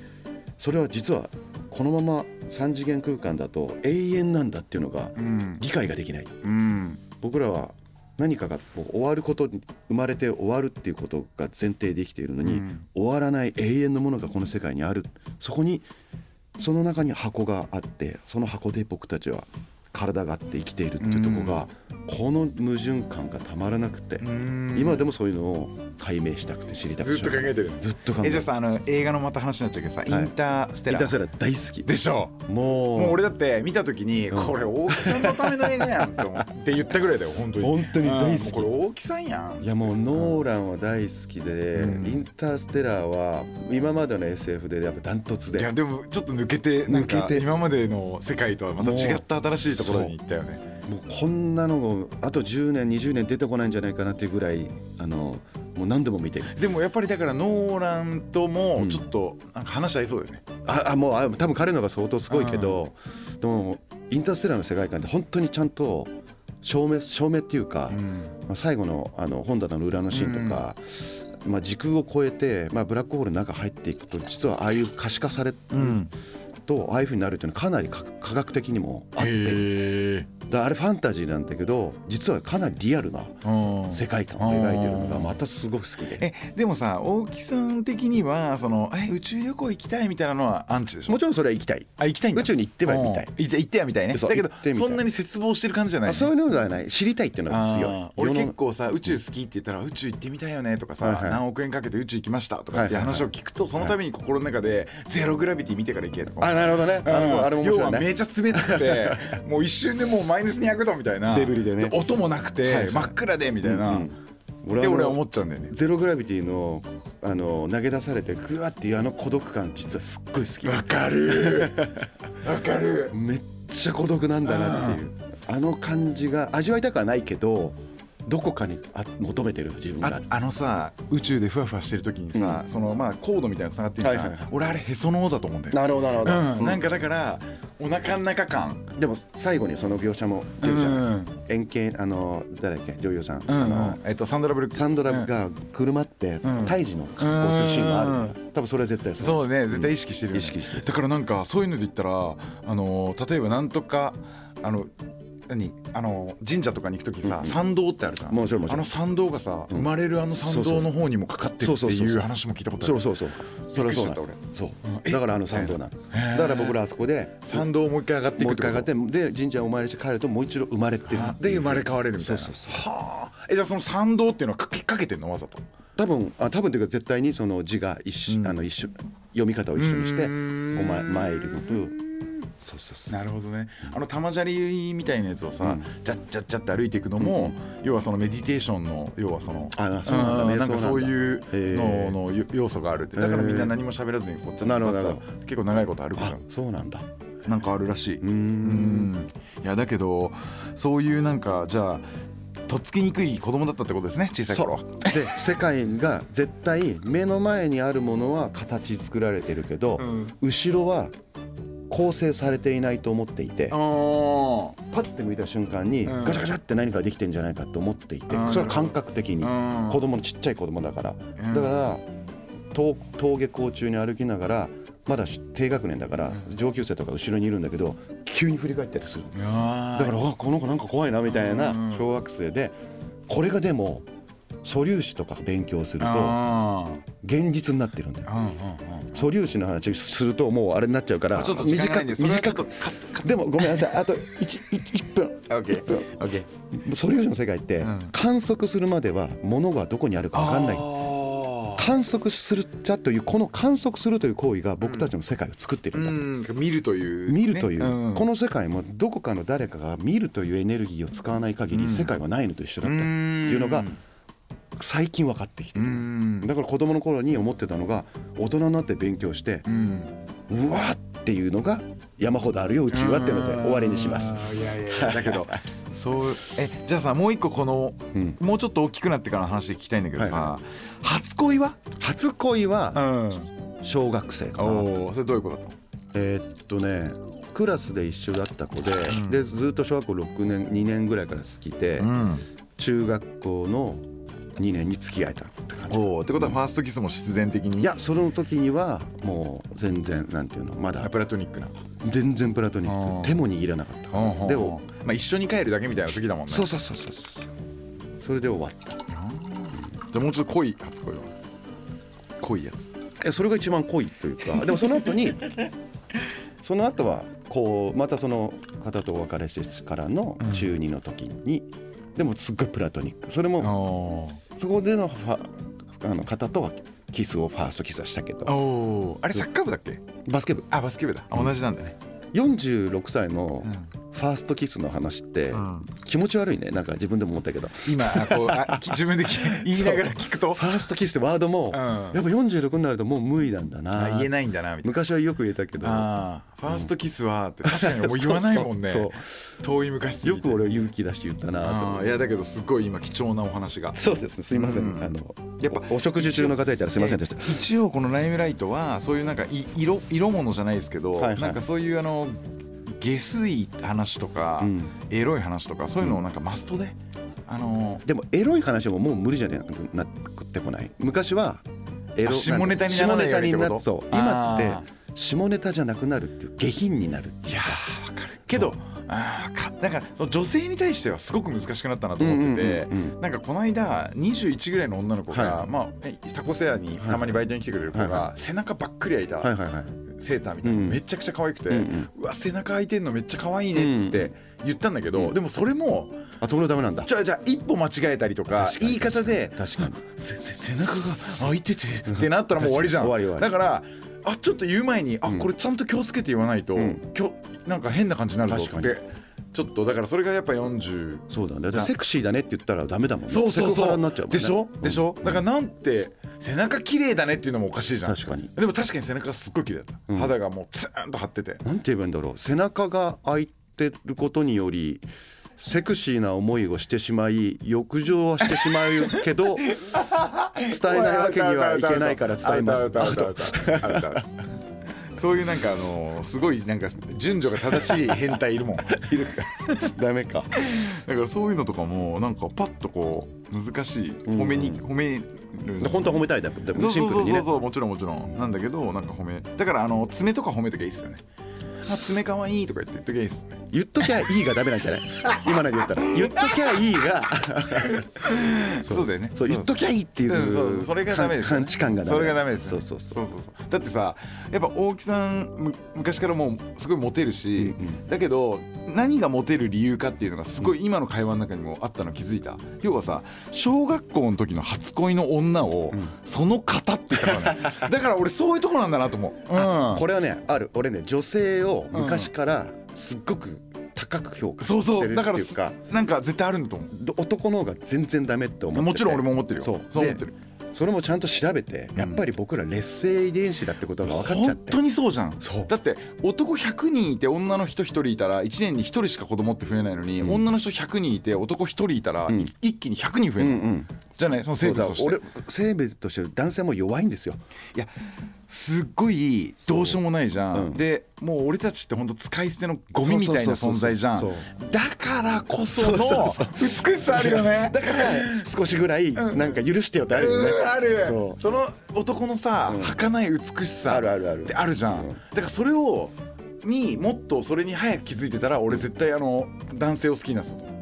Speaker 4: それは実はこのまま3次元空間だと永遠なんだっていうのが
Speaker 3: うん
Speaker 4: 理解ができない
Speaker 3: うん
Speaker 4: 僕らは何かがもう終わることに生まれて終わるっていうことが前提できているのに、
Speaker 3: うん
Speaker 4: 終わらない永遠のものがこの世界にあるそこにその中に箱があってその箱で僕たちは体があって生きているってとこが、この矛盾感がたまらなくて、
Speaker 3: ん
Speaker 4: 今でもそういうのを解明したくて知りたくて
Speaker 3: ずっと考えてる
Speaker 4: ずっと考
Speaker 3: え
Speaker 4: え
Speaker 3: じ
Speaker 4: て
Speaker 3: ゃあさあの映画のまた話になっちゃうけどさ、
Speaker 4: い
Speaker 3: インターステ
Speaker 4: イン
Speaker 3: ラ
Speaker 4: ター
Speaker 3: ー
Speaker 4: ステラー大好き
Speaker 3: でしょ
Speaker 4: もう
Speaker 3: もう俺だって見た時にこれ大木さんのための映画やんって思って言ったぐらいだよ本当に
Speaker 4: 本当に大好き
Speaker 3: うんもうこれ大木さんやん
Speaker 4: いやもうノーランは大好きで、インターステラーは今までの SF でやっぱダントツ
Speaker 3: いや
Speaker 4: で
Speaker 3: でもちょっと抜けてなんか
Speaker 4: 抜けて
Speaker 3: 今までの世界とはまた違った新しいところに行ったよね
Speaker 4: もうこんなのがあと10年20年出てこないんじゃないかなっていうぐらいあのもう何度も見てる
Speaker 3: でもやっぱりだからノーランともちょっとなんか話し合いそうだよね、
Speaker 4: ああもうあ多分彼のが相当すごいけど、でもインターステラーの世界観って本当にちゃんと証明証明っていうか、まあ、最後のあの本棚の裏のシーンとか、まあ、時空を超えて、まあ、ブラックホールの中入っていくと実はああいう可視化される
Speaker 3: ん
Speaker 4: とああいうふうになるっていうのはかなりか科学的にもあっ
Speaker 3: へ
Speaker 4: て
Speaker 3: ー
Speaker 4: だあれファンタジーなんだけど実はかなりリアルな
Speaker 3: うん
Speaker 4: 世界観を描いてるのがまたすごく好きで。
Speaker 3: えでもさ大木さん的にはそのえ宇宙旅行行きたいみたいなのはアンチでしょ
Speaker 4: もちろんそれは行きたい
Speaker 3: あ行きたいんだ
Speaker 4: 宇宙に行ってはみたい
Speaker 3: うん行って行ってはみたいね
Speaker 4: そう
Speaker 3: だけど
Speaker 4: 行ってみたい
Speaker 3: そんなに絶望してる感じじゃない
Speaker 4: あそういうのではない知りたいっていうのが強
Speaker 3: あ
Speaker 4: い
Speaker 3: ー俺
Speaker 4: 世の
Speaker 3: 結構さ宇宙好きって言ったら宇宙行ってみたいよねとか
Speaker 4: はいは
Speaker 3: さ
Speaker 4: い
Speaker 3: 何億円かけて宇宙行きましたとかって
Speaker 4: はいはいはい
Speaker 3: 話を聞くとそのために心の中でゼログラビティ見てから行けと
Speaker 4: あ
Speaker 3: か
Speaker 4: なるほどね。あれもあれも面
Speaker 3: 要
Speaker 4: 白
Speaker 3: はい
Speaker 4: ね
Speaker 3: め。ちゃ冷たく てもう一瞬でもうマイナス200度みたいな
Speaker 4: デブリでね
Speaker 3: 音もなく
Speaker 4: はい
Speaker 3: て
Speaker 4: はい
Speaker 3: 真っ暗でみたいな
Speaker 4: 俺
Speaker 3: で
Speaker 4: あの
Speaker 3: 俺は思っちゃうんだよね
Speaker 4: ゼログラビティのあの投げ出されてグワっていうあの孤独感実はすっごい好
Speaker 3: わかるわかる
Speaker 4: き。めっちゃ孤独なんだなっていうあの感じが味わいたくはないけどどこかにあ求めてる自分が
Speaker 3: ああのさ宇宙でふわふわしてる時にさ、そのまあコードみたいなのつながってるじゃん、
Speaker 4: はいはいはい
Speaker 3: 俺あれへその緒だと思うんだよ、
Speaker 4: なるほどなるほ
Speaker 3: う
Speaker 4: ど
Speaker 3: ん。
Speaker 4: うん
Speaker 3: なんかだからお腹の中感
Speaker 4: でも最後にその描写も出るじゃん。円形あの誰だっけ女優さん。
Speaker 3: うん
Speaker 4: あの
Speaker 3: えっとサンドラブルック
Speaker 4: サンドラが車って胎児の格好をするシーンがあるから多分それは絶対う
Speaker 3: そうね絶対意識してるよね、
Speaker 4: 意識してる
Speaker 3: だからなんかそういうので言ったらあの例えばなんとかあの何あの神社とかに行く時さ、参道ってあるじゃん
Speaker 4: もちろんもちろん
Speaker 3: あの参道がさ、生まれるあの参道の方にもかかってるって
Speaker 4: そうそうそう
Speaker 3: い
Speaker 4: そうう
Speaker 3: 話も聞いたことあ
Speaker 4: そ
Speaker 3: る
Speaker 4: うそうそうそれはそうなの
Speaker 3: びっく
Speaker 4: そう
Speaker 3: え
Speaker 4: だからあの参道なのだから僕らあそこで
Speaker 3: 参道をもう一回上がってい
Speaker 4: もう
Speaker 3: くっ
Speaker 4: 一
Speaker 3: て
Speaker 4: 回
Speaker 3: こ
Speaker 4: 上がってで神社をお参りして帰るともう一度生まれてる
Speaker 3: あで生まれ変われるみたいな
Speaker 4: そうそう
Speaker 3: はあえじゃあその参道っていうのはかきかけてんのわざと
Speaker 4: 多分あ多分というか絶対にその字が一緒、あの一緒読み方を一緒にしてお前参りの部そうそうそう
Speaker 3: なるほどねあの玉砂利みたいなやつをさ、ジャッジャッジャッって歩いていくのも、要はそのメディテーションの要はその
Speaker 4: あそうなんだ
Speaker 3: う
Speaker 4: 瞑想
Speaker 3: なんかそういう
Speaker 4: へー
Speaker 3: ののよ要素があるってだからみんな何も喋らずにこうザッ
Speaker 4: なる
Speaker 3: ザ
Speaker 4: ほど
Speaker 3: ッザ
Speaker 4: なる
Speaker 3: ッ
Speaker 4: ほ
Speaker 3: 結構長いこと歩くじゃ
Speaker 4: あ
Speaker 3: ん
Speaker 4: そうなんだ
Speaker 3: なんかあるらしいうんいやだけどそういうなんかじゃあとっつきにくい子供だったってことですね小さい頃
Speaker 4: そうで世界が絶対目の前にあるものは形作られてるけど、後ろは構成されていないと思っていて
Speaker 3: あ
Speaker 4: パッて向いた瞬間に
Speaker 3: うん
Speaker 4: ガチャガチャって何かできてんじゃないかと思っていて
Speaker 3: うん
Speaker 4: それは感覚的に
Speaker 3: うん
Speaker 4: 子供のちっちゃい子供だから
Speaker 3: うん
Speaker 4: だから登登下校中に歩きながらまだ低学年だから上級生とか後ろにいるんだけど急に振り返ったりする
Speaker 3: ーあ
Speaker 4: だからあこの子なんか怖いなみたいな
Speaker 3: うん
Speaker 4: 小学生でこれがでも素粒子とか勉強すると
Speaker 3: あ
Speaker 4: 現実になってるんだよ
Speaker 3: ーうんうんうん
Speaker 4: 素粒子の話するともうあれになっちゃうから
Speaker 3: ちょっと時間ないんでそれはちょ
Speaker 4: 短
Speaker 3: っと
Speaker 4: く
Speaker 3: カットカッ
Speaker 4: でもごめんなさいあと 1, 分
Speaker 3: トオッケ
Speaker 4: 1
Speaker 3: ー
Speaker 4: 分
Speaker 3: オッケー
Speaker 4: 素粒子の世界って
Speaker 3: うん
Speaker 4: 観測するまでは物がどこにあるか分かんない
Speaker 3: あー
Speaker 4: 観測するだというこの観測するという行為が僕たちの世界を作ってるんだ、
Speaker 3: うん見るというね、
Speaker 4: 見るという、
Speaker 3: ん
Speaker 4: この世界もどこかの誰かが見るというエネルギーを使わない限り世界はないのと一緒だったっていうのが最近分かってきて
Speaker 3: う
Speaker 4: る、
Speaker 3: ん
Speaker 4: だから子供の頃に思ってたのが大人になって勉強して
Speaker 3: うん
Speaker 4: うわーっていうのが山ほどあるようちはっていうので終わりにします
Speaker 3: あ。ーいやいやいやだけど そうえじゃあさもう一個この、
Speaker 4: うん
Speaker 3: もうちょっと大きくなってからの話で聞きたいんだけどさ、
Speaker 4: はいは
Speaker 3: 初恋は
Speaker 4: 初恋
Speaker 3: う
Speaker 4: は
Speaker 3: ん
Speaker 4: 小学生かな
Speaker 3: おおそれどういうことだったの
Speaker 4: えーっとねクラスで一緒だった子で,、でずっと小学校6年2年ぐらいから好きで、中学校の2年に付き合えたって感じ
Speaker 3: おおってことはファーストキスも必然的に
Speaker 4: いやその時にはもう全然なんていうのまだ
Speaker 3: プラトニックな
Speaker 4: 全然プラトニ
Speaker 3: あ
Speaker 4: ッ
Speaker 3: ー
Speaker 4: ク手も握らなかったからで
Speaker 3: で
Speaker 4: お
Speaker 3: も、まあ、一緒に帰るだけみたいな時だもんね
Speaker 4: そうそうそうそうそうそれで終わった
Speaker 3: じゃあもうちょっと濃い初恋は濃いやつ
Speaker 4: えそれが一番濃いというかでもその後にその後はこうまたその方とお別れしてからの中二の時に、でもすっごいプラトニックそれも
Speaker 3: お
Speaker 4: そこでのファあの方とはキスをファーストキスはしたけ
Speaker 3: ー
Speaker 4: ど
Speaker 3: おーあれサッカー部だっけ
Speaker 4: バスケ部
Speaker 3: あバスケ部だあ同じなんだね
Speaker 4: 46歳の
Speaker 3: うん
Speaker 4: ファーストキスの話って
Speaker 3: ん
Speaker 4: 気持ち悪いねなんか自分でも思ったけど
Speaker 3: 今こうあき自分でき言いながら聞くと
Speaker 4: ファーストキスってワードも
Speaker 3: うん
Speaker 4: やっぱ46になるともう無理なんだ
Speaker 3: あ
Speaker 4: な
Speaker 3: 言えないんだなみたいな
Speaker 4: 昔はよく言えたけど
Speaker 3: あーファーストキスはって確かにもう言わないもんね
Speaker 4: そうそう
Speaker 3: 遠い昔すぎ
Speaker 4: よ
Speaker 3: て
Speaker 4: く俺は勇気出して言ったなと思っ
Speaker 3: あ
Speaker 4: て
Speaker 3: ーいやだけどすごい今貴重なお話が
Speaker 4: そうですね。すいません。
Speaker 3: うん
Speaker 4: あの
Speaker 3: やっぱ
Speaker 4: おお食事中の方いたらすいませんでした。
Speaker 3: え一応このライムライトはそういうなんかい色色物じゃないですけど、
Speaker 4: はいはい
Speaker 3: なんかそういうあの下水話とか、
Speaker 4: うん
Speaker 3: エロい話とかそういうのをなんかマストで、あの
Speaker 4: でもエロい話ももう無理じゃなくなってこない。昔はエロ
Speaker 3: あ下ネタにならないようにっ
Speaker 4: 下ネタ
Speaker 3: てこと
Speaker 4: になそう。今
Speaker 3: あ
Speaker 4: って下ネタじゃなくなるっていう下品になるっていうか。
Speaker 3: わかるけどあーかだからその女性に対してはすごく難しくなったなと思ってて、
Speaker 4: うんうんうんうん
Speaker 3: なんかこの間21ぐらいの女の子が、
Speaker 4: は
Speaker 3: まあえ、タコセアにたまにバイトに来てくれる子が、
Speaker 4: はいは
Speaker 3: 背中ばっくり開いた、
Speaker 4: はいはいはい。
Speaker 3: セーターみたいな、
Speaker 4: うん
Speaker 3: めちゃくちゃ可愛くて、う
Speaker 4: うんうん
Speaker 3: わ背中開いてんのめっちゃ可愛いねって言ったんだけど、でもそれも
Speaker 4: あ、それダメなんだ。
Speaker 3: じゃあじゃあ一歩間違えたりとか
Speaker 4: 確か
Speaker 3: 言
Speaker 4: に
Speaker 3: い方で
Speaker 4: 確かに。
Speaker 3: せせ背中が開いて てってなったらもう終わりじゃん
Speaker 4: 終わり終わり
Speaker 3: だからあちょっと言う前にあこれちゃんと気をつけて言わないと、
Speaker 4: ん
Speaker 3: きょなんか変な感じになるぞっ
Speaker 4: 確か
Speaker 3: てちょっとだからそれがやっぱ40
Speaker 4: そうだね。だってセクシーだねって言ったらダメだもんね。
Speaker 3: そうそう
Speaker 4: セクハ
Speaker 3: そ
Speaker 4: ラ
Speaker 3: う
Speaker 4: になっちゃうもんね。
Speaker 3: でしょでしょ、
Speaker 4: うん
Speaker 3: だからなんて背中綺麗だねっていうのもおかしいじゃん
Speaker 4: 確かに
Speaker 3: でも確かに背中がすっごい綺麗だった、
Speaker 4: ん
Speaker 3: 肌がもうツーンと張ってて
Speaker 4: なんて言えばいいんだろう背中が開いてることによりセクシーな思いをしてしまい欲情はしてしまうけ ど伝えないわけにはいけないから伝えます
Speaker 3: アウトアウトアウトアウトアウトアウトアウトそういうなんかあのーすごいなんか順序が正しい変態いるもん
Speaker 4: ダメか
Speaker 3: だからそういうのとかもなんかパッとこう難しい褒めに、褒める
Speaker 4: 本当は褒めたいだで
Speaker 3: そ
Speaker 4: も
Speaker 3: う
Speaker 4: シ
Speaker 3: そ
Speaker 4: ン
Speaker 3: う
Speaker 4: プ
Speaker 3: そ
Speaker 4: ル
Speaker 3: う
Speaker 4: に
Speaker 3: そう
Speaker 4: ね
Speaker 3: そうもちろんもちろんなんだけどなんか褒めだからあの爪とか褒めときゃいいっすよねあ爪かわいいとか言って言っときゃいいっすね
Speaker 4: 言っときゃいいがダメなんじゃない今ので言ったら言っときゃいい が
Speaker 3: そうだよね
Speaker 4: そう言っときゃいいっていう
Speaker 3: うんそうそれがダメですよね
Speaker 4: 感知感がダメ
Speaker 3: それがダメですよね
Speaker 4: そうそう
Speaker 3: そうそうそうだってさやっぱ大木さんむ昔からもうすごいモテるし、
Speaker 4: うんう
Speaker 3: だけど何がモテる理由かっていうのがすごい今の会話の中にもあったの気づいた要はさ小学校の時の初恋の女を、その方って言ったから ねだから俺そういうとこなんだなと思う、うん、
Speaker 4: これはねある俺ね女性を昔からすっごく高く評価
Speaker 3: そう
Speaker 4: し
Speaker 3: そ
Speaker 4: て
Speaker 3: う
Speaker 4: る
Speaker 3: だ
Speaker 4: って
Speaker 3: から
Speaker 4: いう
Speaker 3: す
Speaker 4: か
Speaker 3: なんか絶対あるんだと思う
Speaker 4: ど男の方が全然ダメって思ってて
Speaker 3: もちろん俺も思ってるよ
Speaker 4: そう
Speaker 3: そう思って
Speaker 4: で
Speaker 3: る
Speaker 4: それもちゃんと調べてやっぱり僕ら劣勢遺伝子だってことが分かっちゃっ
Speaker 3: 本
Speaker 4: て
Speaker 3: 当にそうじゃん
Speaker 4: そう
Speaker 3: だって男100人いて女の人1人いたら1年に1人しか子供って増えないのに、
Speaker 4: うん
Speaker 3: 女の人100人いて男1人いたら、
Speaker 4: うん
Speaker 3: い一気に100人増え
Speaker 4: うん
Speaker 3: る、
Speaker 4: うん
Speaker 3: じゃないその
Speaker 4: そ
Speaker 3: 生
Speaker 4: うだ
Speaker 3: 物として
Speaker 4: 俺生物として男性も弱いんですよ
Speaker 3: いやすっごいどうしようもないじゃん、
Speaker 4: うん
Speaker 3: でもう俺たちって本当使い捨てのゴミみたいな
Speaker 4: そうそうそうそう
Speaker 3: 存在じゃん
Speaker 4: そう
Speaker 3: だからこその
Speaker 4: そうそう
Speaker 3: 美しさあるよね
Speaker 4: だから少しぐらいなんか許してよってあるよね
Speaker 3: うんある
Speaker 4: そ
Speaker 3: その男のさ、儚い美しさ
Speaker 4: あるあるある
Speaker 3: ってあるじゃん、
Speaker 4: うん
Speaker 3: だからそれをにもっとそれに早く気づいてたら俺絶対あの男性を好きになってたと思う
Speaker 4: う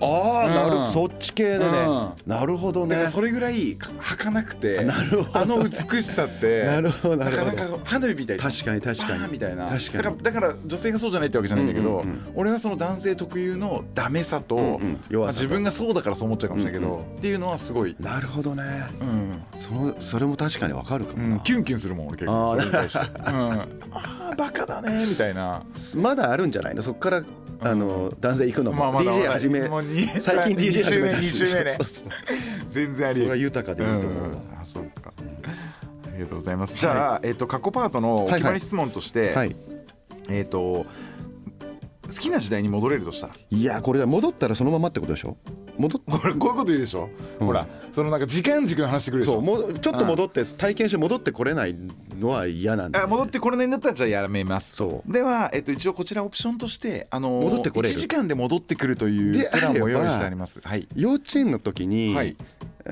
Speaker 4: ああなるほ
Speaker 3: うん
Speaker 4: どそっち系でね
Speaker 3: うん
Speaker 4: なるほど
Speaker 3: だか
Speaker 4: ね
Speaker 3: らそれぐらいか儚くて
Speaker 4: なるほど
Speaker 3: あの美しさっ て
Speaker 4: なるほどなるほど
Speaker 3: なかなか花火みたいじゃん
Speaker 4: 確かに確かに
Speaker 3: パーンみたいな
Speaker 4: 確かに
Speaker 3: だからだから女性がそうじゃないってわけじゃないんだけど、
Speaker 4: うんうんうん
Speaker 3: 俺はその男性特有のダメさと、
Speaker 4: んうん弱さと
Speaker 3: まあ自分がそうだからそう思っちゃうかもしれないけど、っていうのはすごい、
Speaker 4: なるほどね
Speaker 3: うん
Speaker 4: そのそれも確かに分かるかも
Speaker 3: うん
Speaker 4: な
Speaker 3: キュンキュンするもん俺結構
Speaker 4: あー
Speaker 3: それに対 して、うん、あーバカだねみたいな
Speaker 4: まだあるんじゃないのそこからあの男性行くの
Speaker 3: まあま
Speaker 4: も
Speaker 3: だま
Speaker 4: DJ
Speaker 3: だ
Speaker 4: 始め
Speaker 3: もうに
Speaker 4: 最近 DJ 始めた
Speaker 3: 二
Speaker 4: し
Speaker 3: 週目ね
Speaker 4: そうそうそう
Speaker 3: 全然あり
Speaker 4: そ
Speaker 3: え
Speaker 4: れは
Speaker 3: る
Speaker 4: 豊かでいいと思うわ
Speaker 3: んあそうかありがとうございますじゃあ、えっと過去パートのお決まり質問として、
Speaker 4: はい
Speaker 3: えっと好きな時代に戻れるとしたら
Speaker 4: いやこれ戻ったらそのままってことでしょ戻っ
Speaker 3: これこういうこと言うでしょ、
Speaker 4: うん
Speaker 3: ほらそのなんか時間軸の話してくるでし
Speaker 4: そう
Speaker 3: ょ
Speaker 4: もうちょっと戻って体験して戻ってこれないのは嫌なんだ
Speaker 3: あ戻ってこれないんだったらじゃあやめます
Speaker 4: そう
Speaker 3: では、えっと、一応こちらオプションとして、あのー、
Speaker 4: 戻ってこれる
Speaker 3: 1時間で戻ってくるという
Speaker 4: で
Speaker 3: プランも
Speaker 4: あれば
Speaker 3: 用意してありますはい
Speaker 4: 幼稚園の時に、
Speaker 3: はい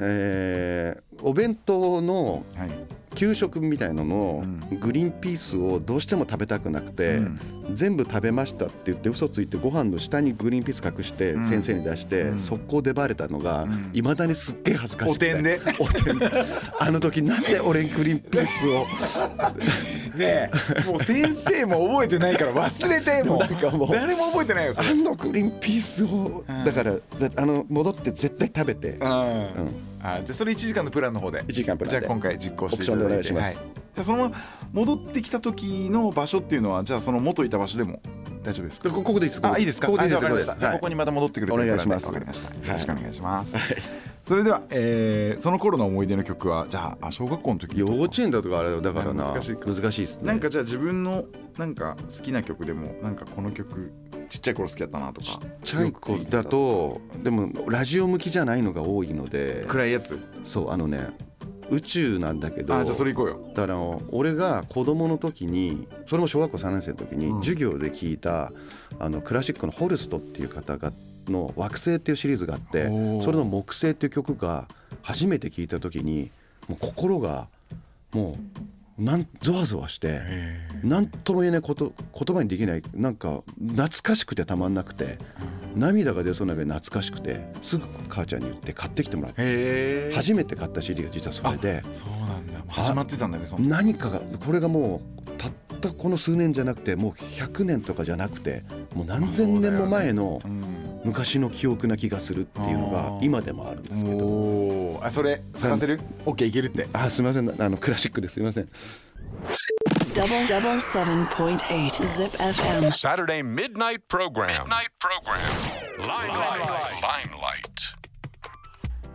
Speaker 4: えーお弁当の
Speaker 3: はい
Speaker 4: 給食みたいのの
Speaker 3: うん
Speaker 4: グリーンピースをどうしても食べたくなくて、
Speaker 3: うん
Speaker 4: 全部食べましたって言って嘘ついてご飯の下にグリーンピース隠して
Speaker 3: ん
Speaker 4: 先生に出して、
Speaker 3: うん
Speaker 4: 速攻でバレたのが
Speaker 3: ん
Speaker 4: いま、未だにすっげえ恥ずかしくて
Speaker 3: おてんで
Speaker 4: おてんであの時なんで俺グリーンピースを
Speaker 3: ねえもう先生も覚えてないから忘れてもう
Speaker 4: なんかもう
Speaker 3: 誰も覚えてないよそれ、う
Speaker 4: あのグリーンピースを、
Speaker 3: ん
Speaker 4: だからだあの戻って絶対食べて
Speaker 3: んあじゃあそれ1時間のプランの方で
Speaker 4: 1時間プラン
Speaker 3: じゃ
Speaker 4: で
Speaker 3: あ今回実行していただいて
Speaker 4: オプションでお願いします
Speaker 3: はいじゃあその戻ってきた時の場所っていうのはじゃあその元いた場所でも大丈夫ですか
Speaker 4: こここでいいです
Speaker 3: あいいですか
Speaker 4: ここでいいで
Speaker 3: あ
Speaker 4: す
Speaker 3: じゃあ
Speaker 4: ここでは
Speaker 3: わかりましたじゃあ
Speaker 4: い
Speaker 3: ここにまた戻ってくる
Speaker 4: お願いします
Speaker 3: わかりました
Speaker 4: はい
Speaker 3: よろしくお願いしますそれではえーその頃の思い出の曲はじゃああ小学校の時とか
Speaker 4: 幼稚園だとかあれだからな
Speaker 3: 難しいか
Speaker 4: 難しいですね
Speaker 3: なんかじゃあ自分のなんか好きな曲でもなんかこの曲ちっちゃい頃好きだったなとかちっ
Speaker 4: チャイコだとでもラジオ向きじゃないのが多いので
Speaker 3: 暗いやつ
Speaker 4: そうあのね宇宙なんだけど
Speaker 3: あじゃあそれ行こうよ
Speaker 4: だからあの俺が子供の時にそれも小学校3年生の時に、授業で聞いたあのクラシックのホルストっていう方がの「惑星」っていうシリーズがあって
Speaker 3: おー
Speaker 4: それの「木星」っていう曲が初めて聞いた時にもう心がもうなんゾワゾワして何とも言えないこと言葉にできないなんか懐かしくてたまんなくて涙が出そうなぐらい懐かしくてすぐ母ちゃんに言って買ってきてもらって
Speaker 3: へ
Speaker 4: 初めて買った CD が実はそれで。
Speaker 3: そうなんだ始まってたんだねその
Speaker 4: 何かがこれがもうたったこの数年じゃなくてもう100年とかじゃなくてもう何千年も前の
Speaker 3: うん
Speaker 4: 昔の記憶な気がするっていうの
Speaker 3: あ
Speaker 4: が
Speaker 3: ー
Speaker 4: 今でもあるんですけど
Speaker 3: おーあそれ探せる OK いけるって
Speaker 4: あすみませんあのクラシックですいません
Speaker 1: Double double seven point eight zip FM.
Speaker 2: Saturday midnight program. Midnight program. Limelight. Limelight.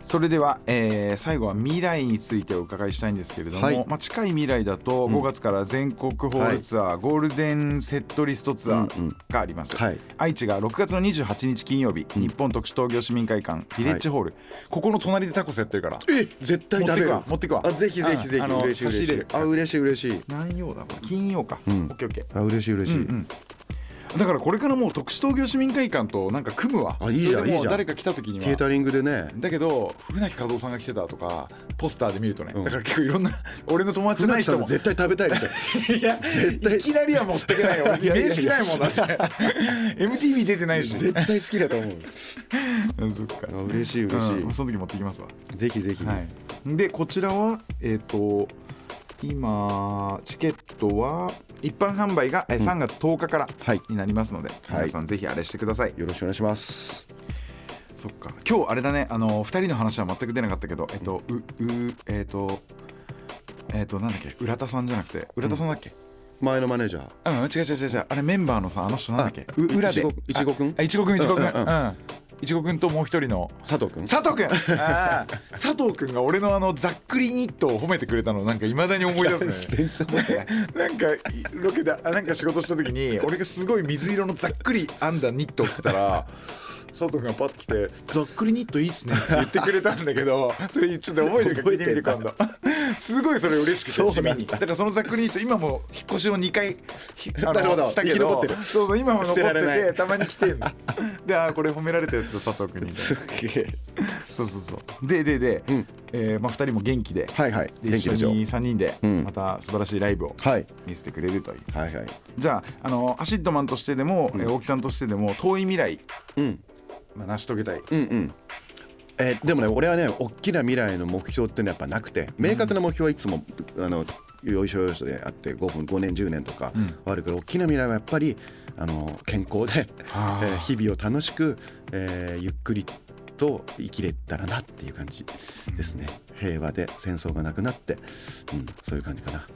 Speaker 3: それでは、えー最後は未来についてお伺いしたいんですけれども、
Speaker 4: はい
Speaker 3: まあ、近い未来だと5月から全国ホールツアー、ゴールデンセットリストツアーがあります、
Speaker 4: はい
Speaker 3: 愛知が6月の28日金曜日、日本特殊東京市民会館ビレッジホール、ここの隣でタコスやってるから
Speaker 4: え絶対食べる
Speaker 3: 持ってくわ持
Speaker 4: あ
Speaker 3: ってくわ
Speaker 4: ぜひぜひぜ
Speaker 3: うんあ
Speaker 4: ひ
Speaker 3: の
Speaker 4: 嬉しい
Speaker 3: 差し
Speaker 4: 嬉し
Speaker 3: 入れ
Speaker 4: い
Speaker 3: る
Speaker 4: あ嬉しい嬉しい
Speaker 3: 何曜だこれ金曜か、
Speaker 4: ん
Speaker 3: オッケーオッケ
Speaker 4: あ嬉しい嬉しい、
Speaker 3: んーだからこれからもう特殊東京市民会館となんか組むわ
Speaker 4: あいいじゃん
Speaker 3: それでも
Speaker 4: い
Speaker 3: う
Speaker 4: いじゃん
Speaker 3: 誰か来た時には
Speaker 4: ケータリングでね
Speaker 3: だけど船木和夫さんが来てたとかポスターで見るとね、だから結構いろんな俺の友達じゃない
Speaker 4: 船木さ
Speaker 3: 人
Speaker 4: ん
Speaker 3: も
Speaker 4: 絶対食べたいみたい
Speaker 3: いや
Speaker 4: 絶対
Speaker 3: いきなりは持ってけないよ
Speaker 4: いやいやいや
Speaker 3: 面識ないもんだって MTV 出てないし
Speaker 4: 絶対好きだと 思う
Speaker 3: うんそっか
Speaker 4: あ嬉しい嬉しい、
Speaker 3: うんその時持ってきますわ
Speaker 4: ぜひぜひ、
Speaker 3: はい、でこちらはえっ、と今チケットは一般販売がえー3月10日から
Speaker 4: はい
Speaker 3: になりますので、
Speaker 4: はい
Speaker 3: 皆さんぜひあれしてください、
Speaker 4: よろしくお願いします
Speaker 3: そっか今日あれだねあの二人の話は全く出なかったけどえっとううえっとえっとなんだっけ浦田さんじゃなくて浦田さんだっけ、
Speaker 4: 前のマネージャー
Speaker 3: うん、違う違う違う違うあれメンバーのさあの人なんだっけ
Speaker 4: あ
Speaker 3: う裏で
Speaker 4: いちごいちごくん
Speaker 3: あいちごくんいちごくん
Speaker 4: うんうんうん
Speaker 3: うんいちごくんともう一人の
Speaker 4: 佐藤君
Speaker 3: 佐藤君あー佐藤君が俺のあのざっくりニットを褒めてくれたのなんかいまだに思い 出すね
Speaker 4: 全然覚えてない
Speaker 3: なんかいロケであなんか仕事した時に俺がすごい水色のざっくり編んだニットを着てたら佐藤君がパッと来て「ざっくりニットいいっすね」って言ってくれたんだけどそれちょっと覚えてるから聞いてみて今度 すごいそれ嬉しくて地味にだからそのざっくりニット今も引っ越しを2回ひあの
Speaker 4: なるほど
Speaker 3: したけ
Speaker 4: 生き残っ
Speaker 3: ど
Speaker 4: てる
Speaker 3: そうそう今も
Speaker 4: 捨
Speaker 3: 残
Speaker 4: てら
Speaker 3: っ
Speaker 4: れ
Speaker 3: て
Speaker 4: な
Speaker 3: て
Speaker 4: い
Speaker 3: たまに来てんのであーこれ褒められたやつだ佐藤君に
Speaker 4: げえ
Speaker 3: そうそうそうででで、
Speaker 4: ん
Speaker 3: えーまあ、2人も元気で,、
Speaker 4: はいはい元
Speaker 3: で
Speaker 4: 気
Speaker 3: 一
Speaker 4: です
Speaker 3: 緒
Speaker 4: よ
Speaker 3: に3人で
Speaker 4: うん
Speaker 3: また素晴らしいライブを
Speaker 4: はい
Speaker 3: 見せてくれるという、
Speaker 4: はいはい
Speaker 3: じゃああのアシッドマンとしてでも、えー大木さんとしてでも遠い未来、
Speaker 4: うん
Speaker 3: まあ、成し遂げたい、
Speaker 4: うんうんえーでもね俺はね大きな未来の目標っていうのはやっぱなくて明確な目標はいつも、あのよいしょよいしょであって5分5年10年とかはあるけど、大きな未来はやっぱりあの健康で、え
Speaker 3: あー
Speaker 4: ー日々を楽しく、えーゆっくりと生きれたらなっていう感じですね平和で戦争がなくなって、うん、そういう感じかな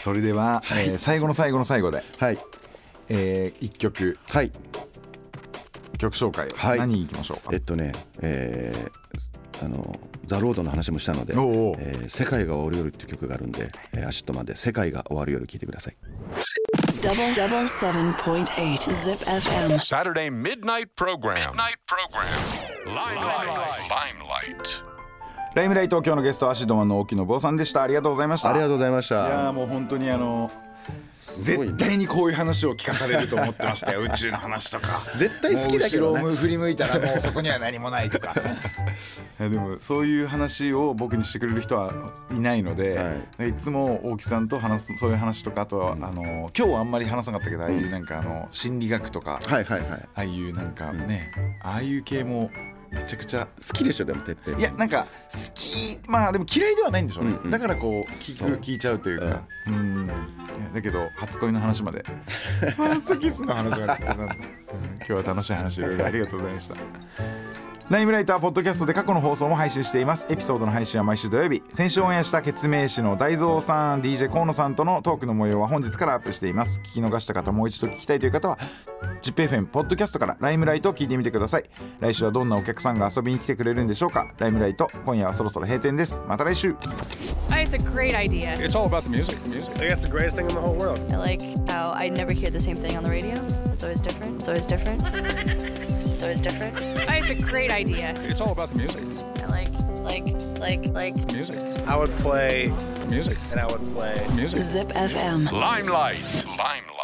Speaker 3: それでは、えー最後の最後の最後で、
Speaker 4: はい
Speaker 3: え1曲
Speaker 4: はい
Speaker 3: 曲紹介を、
Speaker 4: はい
Speaker 3: 何いきましょうか
Speaker 4: えっとね、えーあのザ・ロードの話もしたので
Speaker 3: おうおう
Speaker 4: えー世界が終わる夜」っていう曲があるんで、えー、アシットマンで「世界が終わる夜」聴いてください
Speaker 1: Double double seven point eight zip FM.
Speaker 2: Saturday midnight program. Midnight program. Limelight. Limelight.
Speaker 3: ライムライト今日のゲストアシッドマンの大木信夫さんでしたありがとうございました
Speaker 4: ありがとうございまし
Speaker 3: いや
Speaker 4: た
Speaker 3: ーもう本当にあの
Speaker 4: ごいね
Speaker 3: 絶対にこういう話を聞かされると思ってましたよ宇宙の話とか
Speaker 4: 絶対好きだけどね
Speaker 3: もう後ろを振り向いたらもうそこには何もない とかいやでもそういう話を僕にしてくれる人はいないので、い、つも大木さんと話すそういう話とかあとは、あの今日はあんまり話さなかったけど、ああいうなんかあの心理学とか、
Speaker 4: はいはいはい
Speaker 3: ああいうなんかね、ああいう系もめちゃくちゃ
Speaker 4: 好きでしょでもてっぺん
Speaker 3: いやなんか好きまあでも嫌いではないんでしょうね、
Speaker 4: うんうん
Speaker 3: だからこう聞
Speaker 4: そう
Speaker 3: く聞いちゃうというかうん、いやだけど初恋の 話までファーストキスの話までなんだうん今日は楽しい話いろいろありがとうございましたライムライトはポッドキャストで過去の放送も配信していますエピソードの配信は毎週土曜日先週オンエアした決明師の大蔵さん DJ 河野さんとのトークの模様は本日からアップしています聞き逃した方もう一度聞きたいという方は ZIPFM ポッドキャストからライムライトを聞いてみてください来週はどんなお客さんが遊びに来てくれるんでしょうかライムライト今夜はそろそろ閉店ですまた来週
Speaker 5: Oh, It's a great idea.
Speaker 2: It's all about the music. music.
Speaker 6: I guess the greatest thing in the whole world.
Speaker 5: I like how I never hear the same thing on the radio. It's always different. It's always different. It's always different. Oh, It's a great idea.
Speaker 2: It's all about the music.
Speaker 5: I like, like, like, like.
Speaker 2: Music.
Speaker 6: I would play,
Speaker 2: Music.
Speaker 6: and I would play.
Speaker 2: Music.
Speaker 1: Zip FM.
Speaker 2: Limelight. Limelight.